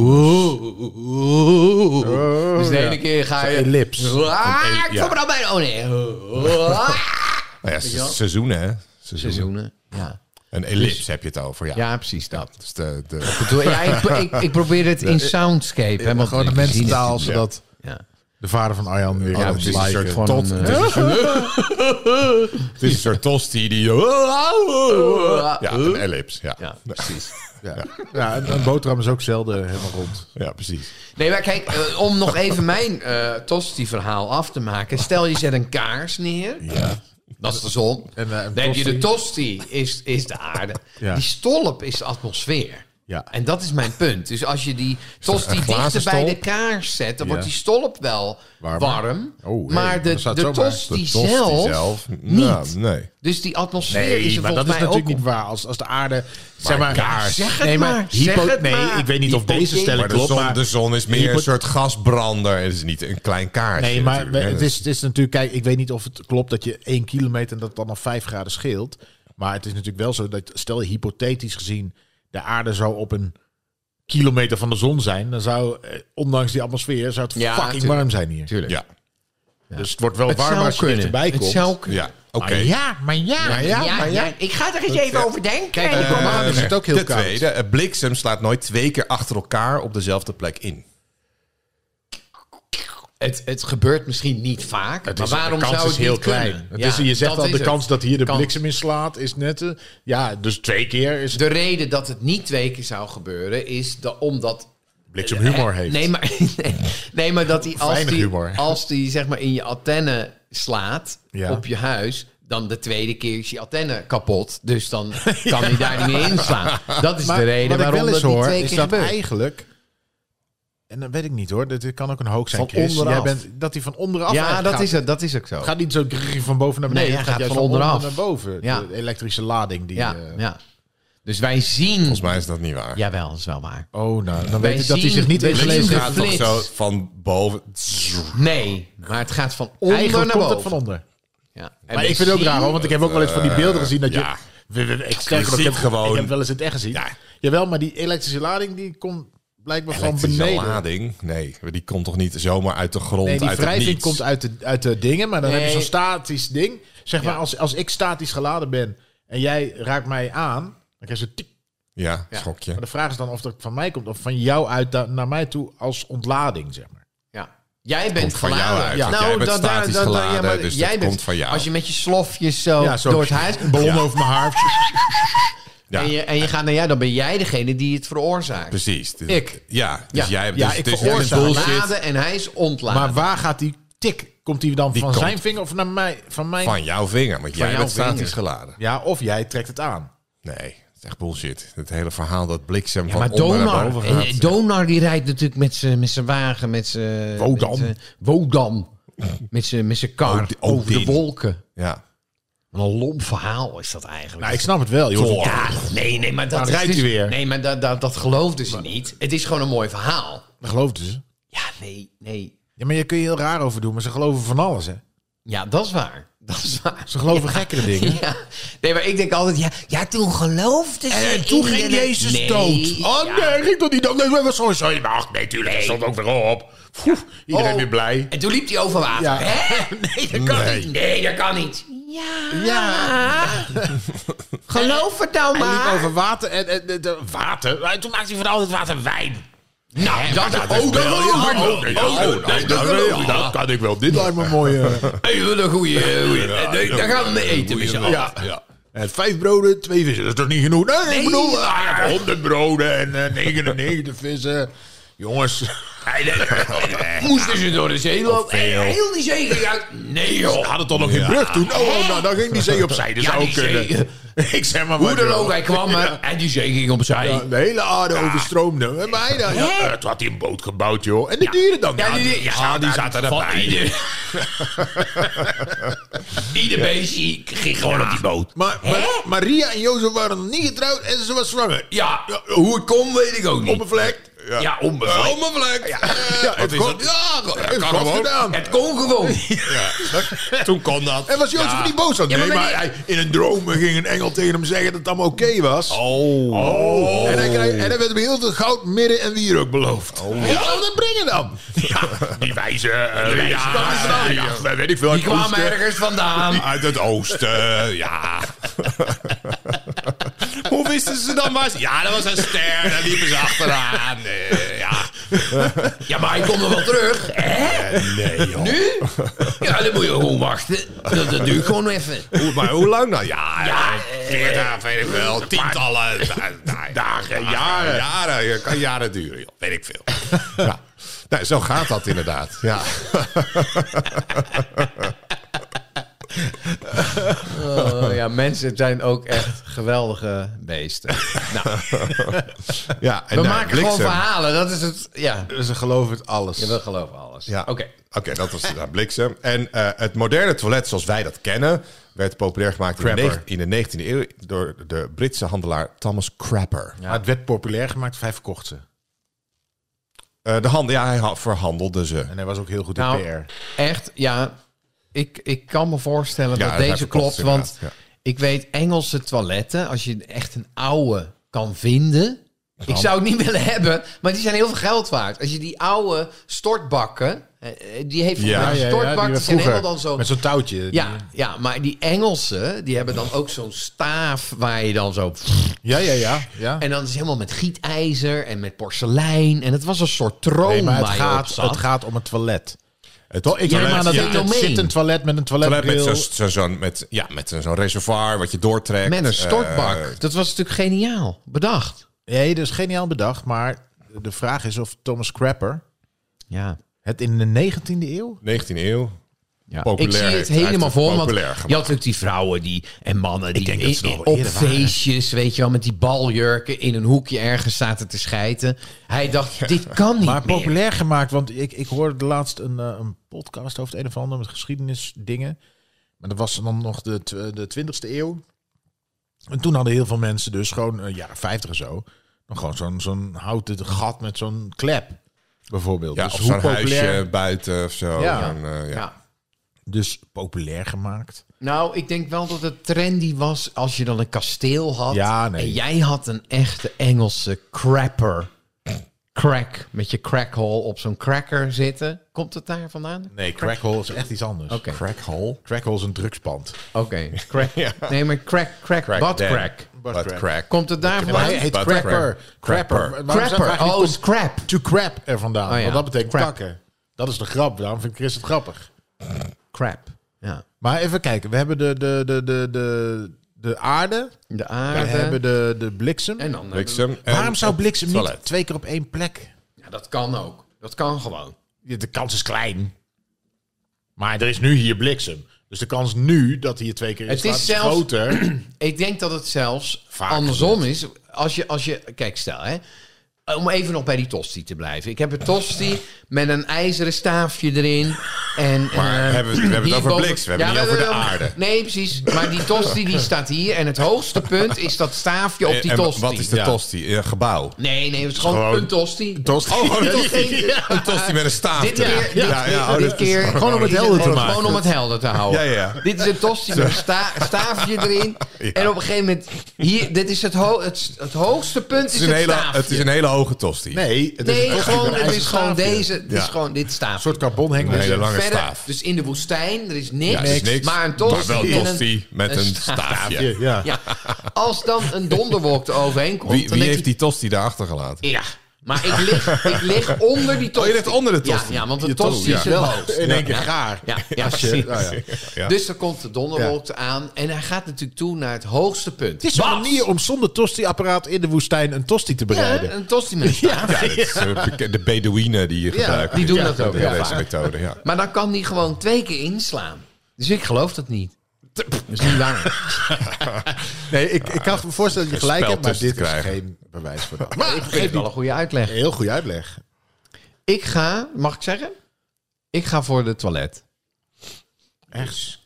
anders.
Dus de ene
ja.
keer ga
Zo'n
je...
ellips.
Ah,
Een-
ik
ja.
verbrand mijn... Oh nee. Ah,
Nou ja,
je wel?
se- seizoenen, hè? Seizoenen.
Seizoenen. (laughs) Ja.
Een ellips heb je het over, ja.
ja, precies dat.
Dus de, de,
Ik bedoel, Ja, ik, ik, ik probeer het in soundscape. hè, want
Gewoon de
ik zie het
mensentaal,
natuurlijk.
zodat
Ja.
de vader van Arjan weer
Oh,
aan
dat
het
is een
liken.
soort
Gewoon
tot.
een, eh,
het is een- Het is een soort tosti die... eh, Ja, een ellips, ja. (laughs)
Ja,
precies.
(laughs) Ja, ja een, een boterham is ook zelden helemaal rond.
Ja, precies.
Nee, maar kijk, eh, om nog even mijn eh tosti-verhaal af te maken. Stel, je zet een kaars neer. Dat is de zon.
En, eh, een
Dan heb je de
tosti.
tosti, is, is de aarde.
Ja.
Die stolp is de atmosfeer.
Ja.
En dat is mijn punt. Dus als je die tosti
een glazen
dichter bij de
stolp?
kaars zet, dan
Ja.
wordt die stolp wel
Warmer.
warm.
Oh, hey,
maar de,
dat staat
de
zomaar.
tosti
De tosti
zelf, niet.
Nou, nee.
Dus die atmosfeer is er
maar dat
volgens
is
mij ook
natuurlijk
op
niet waar. Als, als de aarde, zeg maar,
kaars.
Zeg het
nee, maar,
maar, zeg
hypo-
het
nee,
maar.
ik weet niet of deze
Hypotheek.
stelling
Maar de
klopt,
zon, dus-
maar...
de zon is meer een soort gasbrander. Het is niet een klein kaars.
Nee, maar we- het, is, het is natuurlijk... Kijk, ik weet niet of het klopt dat je één kilometer... en dat het dan al vijf graden scheelt. Maar het is natuurlijk wel zo dat... Stel je hypothetisch gezien... de aarde zou op een kilometer van de zon zijn... dan zou, eh, ondanks die atmosfeer... zou het
Ja,
fucking
tuurlijk.
warm zijn hier.
Tuurlijk.
Ja,
Dus het wordt wel
Het
warmer
zou
als je
kunnen.
dichterbij komt.
Het zou kunnen.
ja. oké.
Maar ja, maar ja.
Maar ja, maar ja.
Ik ga er eens even over denken. Kijk,
eh,
kom maar.
dan is het ook heel
de
koud.
tweede, eh, bliksem slaat nooit twee keer achter elkaar op dezelfde plek in.
Het, het gebeurt misschien niet vaak, maar waarom
de kans
zou het
is heel
niet
klein.
kunnen?
Het
Ja,
is, je zegt
dat
al,
is
de
het.
kans dat hier de
Kans.
bliksem in slaat is net... eh, ja, dus twee keer is...
De reden dat het niet twee keer zou gebeuren is dat, omdat... Eh,
bliksem humor heeft.
Nee, maar, (laughs) nee, nee, maar dat die als,
Weinig
die,
humor.
als die zeg maar in je antenne slaat
Ja.
op je huis... dan de tweede keer is je antenne kapot. Dus dan kan hij daar niet meer in slaan. Dat is de
wat
reden
ik
waarom
wel
dat
eens
niet
hoor,
twee
is
keer
dat
gebeurt.
eigenlijk... En dat weet ik niet hoor, dit kan ook een hoax zijn,
Van
Chris. Jij
onderaf.
bent, dat hij van onderaf
Ja,
eigenlijk
dat
gaat.
is, het, dat is ook zo.
Het gaat niet zo grrr van boven naar beneden,
Nee,
het
hij
gaat,
gaat
juist
van
van onderaf.
onderaf.
naar boven.
Ja.
De elektrische lading die...
Ja,
eh,
ja. Dus wij zien...
Volgens mij is dat niet waar.
Jawel, dat is wel waar.
Oh, nou, dan
Wij
weet ik dat hij
zien-
zich niet
wij
ingelezen
zien
heeft.
de
gaat toch
flits.
zo van boven. Zzzz.
Nee, maar het gaat van onder
Eigenlijk
naar
komt
boven.
het van onder.
Ja. En
Maar
we
ik vind het ook
zien-
raar hoor, want ik heb ook wel eens van die beelden gezien dat je...
ja.
We- we- Ik, sterker nog, ik,
ziet
heb,
gewoon-
ik heb wel eens in het echt gezien.
Ja.
Jawel, maar die elektrische lading die komt blijkbaar van
Elektrische
beneden.
lading. Nee, die komt toch niet zomaar uit de grond,
Nee, die
uit het
wrijving
niets.
komt uit de, uit de dingen, maar dan
Nee.
heb je zo'n statisch ding. Zeg maar,
Ja.
als, als ik statisch geladen ben en jij raakt mij aan, dan krijg je zo'n tik.
Ja,
Ja.
schokje.
Maar de vraag is dan of dat van mij komt of van jou uit da- naar mij toe als ontlading, zeg maar.
Ja. Jij bent
van jou
geladen.
uit,
Nou,
want jij bent
daar-
statisch
daar- daar-
geladen,
maar
dus dat komt van jou.
Als je met je slofjes zo,
zo-
door het huis...
Ballon over mijn haar.
Ja,
En, je, en je gaat naar jou, dan ben jij degene die het veroorzaakt.
precies. Dus-
Ik.
Ja, dus
Ja.
jij
Ja,
dus
ik
het is
Jij bent
echt bullshit
geladen en hij is ontladen.
Maar waar gaat die tik? Komt die dan
Die
van
komt-
zijn vinger of naar mij? Van mijn...
van jouw vinger, want jij
jouw
bent statisch
vinger.
geladen.
Ja, of jij trekt het aan.
Nee, het is echt bullshit. Het hele verhaal dat bliksem
Ja,
van
maar
onder naar
Donar,
boven gaat.
eh, Donar die rijdt natuurlijk met zijn met zijn wagen, met zijn...
Wodan.
met zijn- Wodan. Met zijn met zijn kar
Od-
over de
Odin.
wolken.
ja.
Wat een lomp verhaal is dat eigenlijk.
Nou, ik snap het wel. Joh.
Ja, nee, nee, maar dat
Dan
is
rijdt
dus-
hij weer.
Nee, maar dat, dat, dat geloofden ze niet. Het is gewoon een mooi verhaal.
Dat dus. geloofden ze.
Ja, nee, nee.
Ja, maar je kun je heel raar over doen, maar ze geloven van alles, hè?
Ja, dat is waar. Dat is waar.
Ze geloven gekkere dingen.
(laughs) Ja. Nee, maar ik denk altijd, ja, ja toen geloofden ze.
En toen
in
ging
de-
Jezus
Nee,
dood. Oh
ja.
nee, ging toch niet dood? Nee, was zo zo. Ach nee, tuurlijk.
Nee.
hij Stond ook weer op. Pff, iedereen
Oh.
weer blij.
En toen liep hij over water.
Ja.
(laughs)
Hè? Nee, dat kan
Nee.
niet. Nee, dat kan niet. Ja.
Ja.
Ah. Geloof het nou
Hij liep
maar.
over water en, en- en- de- water. Maar Toen maakte hij van al het water wijn.
Nou, dat,
is
oh,
wel-
dat geloof ik
ja,
wel.
oh,
Oh,
nee,
dat-
nou,
dat
nou,
geloof
nou,
ik.
nou, kan ik wel. Dit lijkt me
Mooi. eh,
(laughs)
Hey, wat een goeie. eh, goeie. Eh, nee, Daar gaan we mee eten met z'n allen.
Ja. ja. En vijf broden, twee vissen. Dat is toch niet genoeg? Nee, ik bedoel, ah, ja, 100 broden en eh, 99 vissen. Jongens. (laughs)
Hey, nee, nee, nee. Moesten ze door de zee lopen?
veel.
Hey, Heel die zee gegaan? Nee, joh.
Hadden toch nog geen brug toen? Oh, oh, nou, dan ging die zee opzij. Dat
Ja,
zou
die
kunnen. (laughs) ik zeg maar
Hoe dan
wat,
ook, hij kwam er en die zee ging opzij.
joh. De hele aarde overstroomde. En mij dan. Ja,
Hè?
eh, toen had hij een boot gebouwd, joh. En de dieren dan?
Ja, die, die,
ah, die zaten
van (laughs)
erbij.
Ieder, ieder beestje ging gewoon op die boot.
Maar, maar Maria en Jozef waren nog niet getrouwd en ze was zwanger.
Ja, hoe het kon weet ik ook niet. Eh,
Onbevlekt.
ja, onbevlekt.
Onbevlekt. Ja,
Ja,
het
is
kon-
dat?
ja, het
kan
kon
gewoon.
gedaan.
(laughs) Het kon (laughs) gewoon.
Toen kon dat. En was Jozef
Ja.
niet boos aan?
Ja,
Nee,
maar
maar,
ben
hij, in een droom ging een engel tegen hem zeggen dat het allemaal oké was.
Oh.
En, hij kreeg, en hij werd hem heel veel goud, midden en wierook beloofd. Oh. Hoe zou dat brengen dan? Ja, die wijze... eh,
wijze,
ja,
dat is het dan.
ja, ja, weet ik veel.
Die
uit het
kwamen
oosten.
ergens vandaan.
Uit het oosten, ja. Hoe wisten ze dan waar ze- Ja, dat was een ster, daar liepen ze (laughs) achteraan. eh, ja.
Ja, maar hij komt er wel terug. Hè?
Nee, joh.
Nu? Ja, dan moet je gewoon wachten. Dat, dat duurt gewoon even.
Hoe- Maar hoe lang dan? Ja,
Ja,
eh, veertig, weet ik wel. Tientallen eh, da- da- dagen, jaren. eh, Jaren, ja, kan jaren duren, joh. weet ik veel. Ja. Nou, zo gaat dat inderdaad. Ja.
Oh, ja, mensen zijn ook echt geweldige beesten. Nou,
Ja, en
we
nou,
maken gewoon
bliksem.
verhalen. Dat is het. Ja,
Ze geloven het alles.
we geloven alles.
Ja.
Oké.
Oké, dat was de bliksem. En eh, het moderne toilet zoals wij dat kennen... werd populair gemaakt in de,
Crapper.
negen- in de 19e eeuw... door de Britse handelaar Thomas Crapper.
Maar het werd populair gemaakt, of hij verkocht ze.
Eh, de hand, ja, hij ha- verhandelde ze.
En hij was ook heel goed in
Nou,
PR.
Echt, ja. Ik, ik kan me voorstellen
Ja,
dat
dat hij
deze
verkocht
klopt.
is
Want
inderdaad,
ik weet Engelse toiletten, als je echt een oude kan vinden. Ik zou het niet (laughs) willen hebben, maar die zijn heel veel geld waard. Als je die oude stortbakken, eh, eh, die heeft
Ja, ja,
ja, een stortbak, die,
werd
zijn
vroeger
helemaal dan zo.
Met zo'n touwtje. Die-
Ja, ja, maar die Engelsen, die hebben dan ook zo'n staaf waar je dan zo...
ja, ja, ja. ja.
En dan is het helemaal met gietijzer en met porselein. En het was een soort troon
Nee, maar het
waar je op
gaat,
zat.
het gaat om het toilet.
Het
Ik
Ja,
neem
maar
aan dat
dat is
er
domein.
zit een toilet met een
Toilet met
toiletbril.
zo'n zo, zo'n- met, ja, met zo'n zo'n reservoir wat je doortrekt. Eh,
Met een
Eh,
stortbak.
stortbak. dat was natuurlijk geniaal bedacht.
Nee, dat is geniaal bedacht. Maar de vraag is of Thomas Crapper
Ja.
het in de 19e eeuw...
19e eeuw.
Ja,
Populair
ik zie
heeft
het
hij
helemaal
het
voor. Want je
populair
had
gemaakt.
natuurlijk die vrouwen die, en mannen die
denk dat ze
in-
nog wel
op
eerder waren.
feestjes, weet je wel, met die baljurken in een hoekje ergens zaten te schijten. Hij dacht, dit kan niet
Maar
meer.
populair gemaakt, want ik, ik hoorde laatst een, eh, een podcast over het een of ander met geschiedenisdingen. Maar dat was dan nog de, tw- de 20e eeuw. En toen hadden heel veel mensen dus gewoon, eh, jaren 50 en zo, nog gewoon zo'n zo'n houten gat met zo'n klep, bijvoorbeeld.
Ja,
dus
of
hoe
zo'n
populair,
huisje buiten of zo.
Ja.
Zo'n, eh, ja.
Ja.
Dus populair gemaakt.
Nou, ik denk wel dat het trendy was als je dan een kasteel had.
Ja, nee.
En jij had een echte Engelse crapper. Crack, met je crackhole op zo'n cracker zitten. Komt het daar vandaan?
Nee, crackhole is echt iets anders.
Oké.
Crackhole.
Crackhole is een drugspand.
Oké,
(laughs)
crack. Nee, maar crack, crack,
Crack
butt
den.
crack.
Butt
Butt
crack.
Komt het daar
Maar
vandaan?
hij heet
Butt
crapper.
crack. Crapper.
Crapper. Waarom zijn
Crapper,
vraag niet
oh,
komt
is crap.
To crap er vandaan.
Oh ja.
Want dat betekent
Crap.
kakken. Dat is de grap. Daarom vind ik Chris het grappig.
Crap. Ja.
Maar even kijken. We hebben de, de, de, de, de, de aarde.
De
We
aarde.
hebben de, de bliksem.
En Eh, dan.
Bliksem. En-
Waarom zou bliksem
toilet.
niet twee keer op één plek?
Ja, dat kan ook. Dat kan gewoon.
Ja, De kans is klein. Maar er is nu hier bliksem. Dus de kans nu dat hier twee keer in
Het
staat
is zelfs-
groter.
Ik denk dat het zelfs
Vaak
andersom is. Als je, als je, kijk, stel hè. Om even nog bij die tosti te blijven. Ik heb een tosti met een ijzeren staafje erin. En,
Maar
eh,
hebben we- we hebben het over
hierboven-
bliks, we hebben het niet over de aarde.
Nee, precies. Maar die tosti die staat hier. En het hoogste punt is dat staafje op die
Eh, en
tosti.
wat is de
Ja.
tosti? Een gebouw.
Nee, nee, het is gewoon,
Gewoon-
een tosti.
Tosti.
Oh,
(laughs)
Ja.
Een tosti met een staaf.
Dit
erin.
keer, dit,
oh,
dit
dat is (laughs)
keer
gewoon om het
helder te
Gewoon
maken.
Gewoon om het helder te houden.
Ja, (laughs) ja.
Dit is een tosti met een sta- staafje erin. En op een gegeven moment, hier, dit is het, ho- het, het hoogste punt is,
Het is, een hele,
staafje.
het is een hele hoge tosti.
Nee, het is
nee,
een tosti
gewoon,
met een
het is
ijzeren
gewoon
staafje.
deze, het
Ja.
is gewoon dit
Een
staafje.
soort carbonhengel.
Een hele lange
Verder,
staaf.
dus in de woestijn, er is niks,
Ja, het is niks,
maar een tosti,
maar wel
en
tosti met een staafje.
Ja.
Ja. Als dan een donderwolk eroverheen komt,
Wie,
dan
wie
denk
heeft die tosti daar achtergelaten?
je, ja, Maar ik lig, ik lig onder die tosti.
Oh, je ligt onder de tosti.
Ja, ja want
Je
de tosti
tosti,
is
ja.
wel hoog.
In één keer
Ja.
gaar.
Ja, ja, precies.
Ja.
Dus dan komt de donderwolk aan en hij gaat natuurlijk toe naar het hoogste punt.
Het is een manier om zonder tosti-apparaat in de woestijn een tosti te
Ja,
bereiden.
een tosti met ja.
Ja, dat is, eh, beke- de Bedouinen die je gebruiken.
die doen
dit.
dat ook,
Deze
ja.
methode, ja.
Maar dan kan die gewoon twee keer inslaan. Dus ik geloof dat niet. Dat is niet waar.
(laughs)
Ah,
Nee, ik, ik kan me voorstellen dat je
Geen
gelijk
spel
hebt, maar
tussen
dit
te
is
krijgen.
geen bewijs voor dat.
Maar ik geef wel een goede uitleg.
Heel goede uitleg.
Ik ga, mag ik zeggen? Ik ga voor de toilet.
Echt. Ja,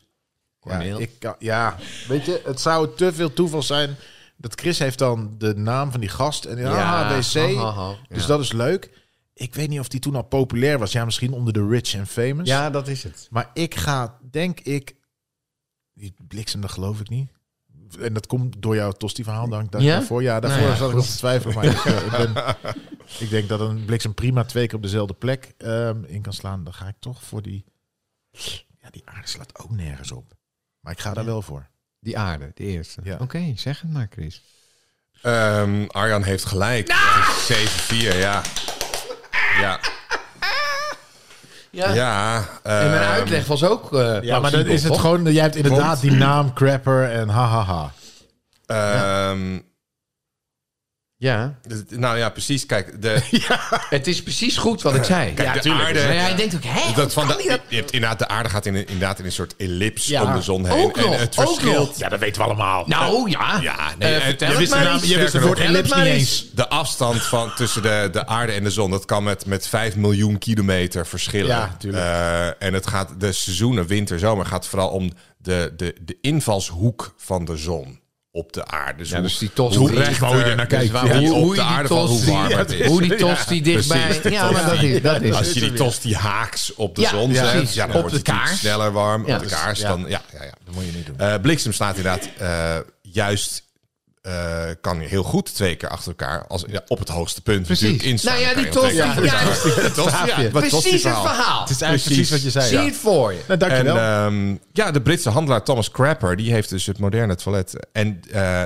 Corneel.
ik kan- ja, weet je, het zou te veel toeval zijn dat Chris heeft dan de naam van die gast en ja, ah, wc.
ha, ha, ha.
Dus
Ja.
dat is leuk. Ik weet niet of die toen al populair was. Ja, misschien onder de rich en famous.
Ja, dat is het.
Maar ik ga, denk ik, die bliksem, dat geloof ik niet. En dat komt door jouw tosti-verhaal, dank ik
Ja?
daarvoor. Ja, daarvoor
Nou ja,
zat ik nog te twijfelen. Maar ik, eh, ik, (laughs) ben, ik denk dat een bliksem prima twee keer op dezelfde plek ehm, in kan slaan. Dan ga ik toch voor die... Ja, die aarde slaat ook nergens op. Maar ik ga daar wel voor.
Die aarde, de eerste.
Ja.
Oké, zeg het maar, Chris.
Ehm, Arjan heeft gelijk.
Nou!
Het is 7-4, ja. Ja,
Ja.
ja.
En mijn
ehm,
uitleg was ook. eh,
Ja, maar dan
plausibel,
is het
toch?
gewoon... Jij hebt inderdaad die naam, crapper en hahaha.
ehm,
Ja,
d- Nou ja, precies. Kijk,
(laughs)
de,
het is precies goed wat ik zei.
kijk,
ja,
de
tuurlijk.
aarde...
Maar jij denkt ook, hè?
dat van
kan die
de, je hebt inderdaad, de aarde gaat in, een- inderdaad in een soort ellips
Ja.
om de zon heen.
Ook nog,
en het
ook
verschilt.
nog.
Ja, dat weten we allemaal.
Nou ja.
Ja, nee,
Eh,
eh,
vertel
je
het
wist de
maar
naam-
eens.
je wist het woord
Vertel
ellips
maar
niet
eens.
eens.
De afstand van, tussen de, de aarde en de zon, dat kan met, met 5 miljoen kilometer verschillen.
Ja, tuurlijk.
Eh, en het gaat, de seizoenen, winter, zomer, gaat vooral om de, de, de invalshoek van de zon op de aarde. Dus, hoe,
dus die tosti-
hoe
die-
rechter
wou je er naar
dus
kijken?
waar-
Ja,
hoe,
hoe
op de
je die
aarde van hoe
tosti-
warm
Ja,
het
dat
is.
Hoe die tosti dichtbij.
Precies, de
ja, maar dat
tosti.
is, dat is
Als
het.
je die tosti haaks op de
Ja,
zon
ja,
zet,
precies.
ja, dan
Op
wordt
de
het natuurlijk
kaars.
sneller warm.
Ja.
Op de kaars,
Ja.
dan... Ja, ja, ja.
Dat moet je niet doen.
Eh, bliksem slaat inderdaad eh, juist... eh, kan heel goed twee keer achter elkaar als, ja, op het hoogste punt
Precies.
natuurlijk instaan.
Nou ja,
Dan
die
kan je hem
tosti-
twee keer
ja,
achter elkaar- tosti, (laughs) ja, wat tosti
Precies het
verhaal.
verhaal.
Het is eigenlijk precies, wat je zei.
Zie
Ja.
het voor je.
Nou,
En
dankjewel.
ehm, ja, de Britse handelaar Thomas Crapper, die heeft dus het moderne toilet. En eh,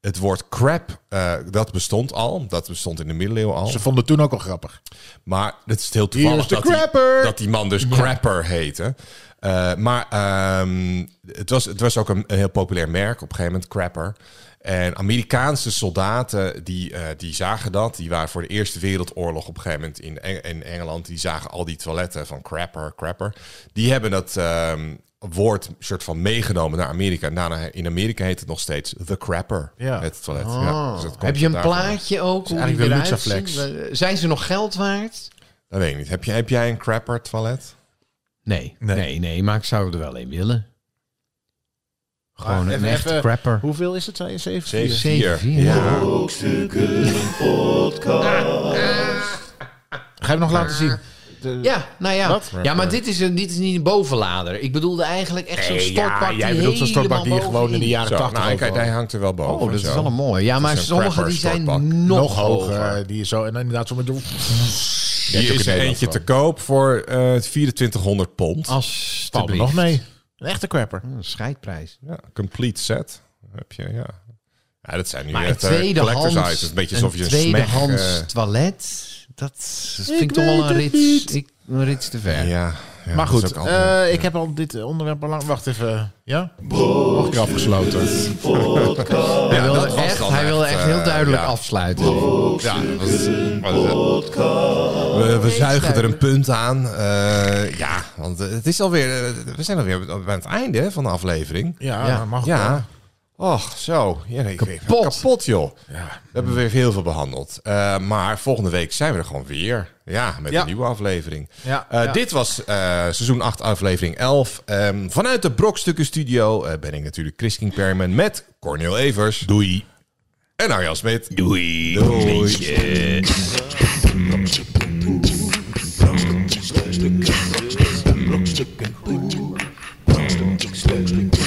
het woord crap, eh, dat bestond al. Dat bestond in de middeleeuwen al.
Ze vonden het toen ook al grappig.
Maar het is heel
Hier
toevallig
is de
dat die,
crapper.
dat die man dus Crapper heette. Eh, maar ehm, het, was, het was ook een, een heel populair merk op een gegeven moment, Crapper. En Amerikaanse soldaten die, eh, die zagen dat. Die waren voor de Eerste Wereldoorlog op een gegeven moment in, Eng- in Engeland. Die zagen al die toiletten van Crapper, Crapper. Die hebben dat ehm, woord soort van meegenomen naar Amerika. En daarna in Amerika heet het nog steeds The Crapper,
Ja. Ah.
het toilet. Ja, dus dat komt
Heb je een
daarvan.
plaatje ook? Hoe die
eigenlijk wel
eruit
Luxaflex.
zien? Zijn ze nog geld waard?
Dat weet ik niet. Heb, je, heb jij een Crapper toilet?
Nee, nee,
Nee.
nee, maar ik zou er wel een willen. Gewoon
Maar
een
even-
echte
even-
crapper.
Hoeveel is het? Zei je? Zeven?
Zeven.
Vier.
Vier.
Zeven, ja.
Brokstukken podcast.
Ga je hem nog laten zien? De-
Ja, nou ja.
Wat?
Ja, maar dit is, een, dit is niet een bovenlader. Ik bedoelde eigenlijk echt zo'n
Nee,
stortbak
ja, jij
die
bedoelt zo'n stortbak
helemaal
die je gewoon in de
bovenin-
jaren
Zo,
80
nou, kijk,
overal-
hij hangt er wel boven.
Oh, dat is
zo.
wel een mooie. Ja, maar
zo'n
sommige
crapper
die zijn nog,
stortbak.
nog hoger.
hoger.
Die is zo, en inderdaad zo met de...
Hier is er eentje te koop voor eh, 2400 pond.
Als
Valt me nog mee. Een echte crapper.
Een scheidprijs.
Ja, complete set. Heb je, ja. ja. Dat zijn nu
Maar een
echt eh, collectors
tweedehands,
items. Het is een beetje alsof je een smeg...
tweedehands
eh,
toilet, dat vind ik toch wel een rits, ik, een rits te ver.
eh, ja, ja,
maar
dat is
goed,
ook altijd-
eh, ik heb al dit onderwerp al lang... Wacht even. Ja?
Brokstukken
Nog een keer afgesloten.
podcast.
Ja,
hij wilde
dat was
echt,
dan
hij wilde echt heel
eh,
duidelijk
ja.
Mm.
Oh.
afsluiten.
Ja, dat was- was- we, we zuigen er een punt aan. Eh, ja, want eh, het is alweer... eh, we zijn alweer bij het einde van de aflevering.
Ja,
Ja.
mag ik wel.
Ja. Och, zo. Ja, nee, ik-
Kapot.
Kapot, joh. We hebben weer heel veel behandeld. Eh, maar volgende week zijn we er gewoon weer. Ja, met
Ja.
een nieuwe aflevering.
Ja,
Eh,
ja.
Dit was eh, seizoen 8, aflevering 11. Ehm, vanuit de Brokstukken Studio eh, ben ik natuurlijk Chris King Perman met Cornel Evers. Doei. En Arjan Smit. Doei. Doei.
Brokstukken podcast.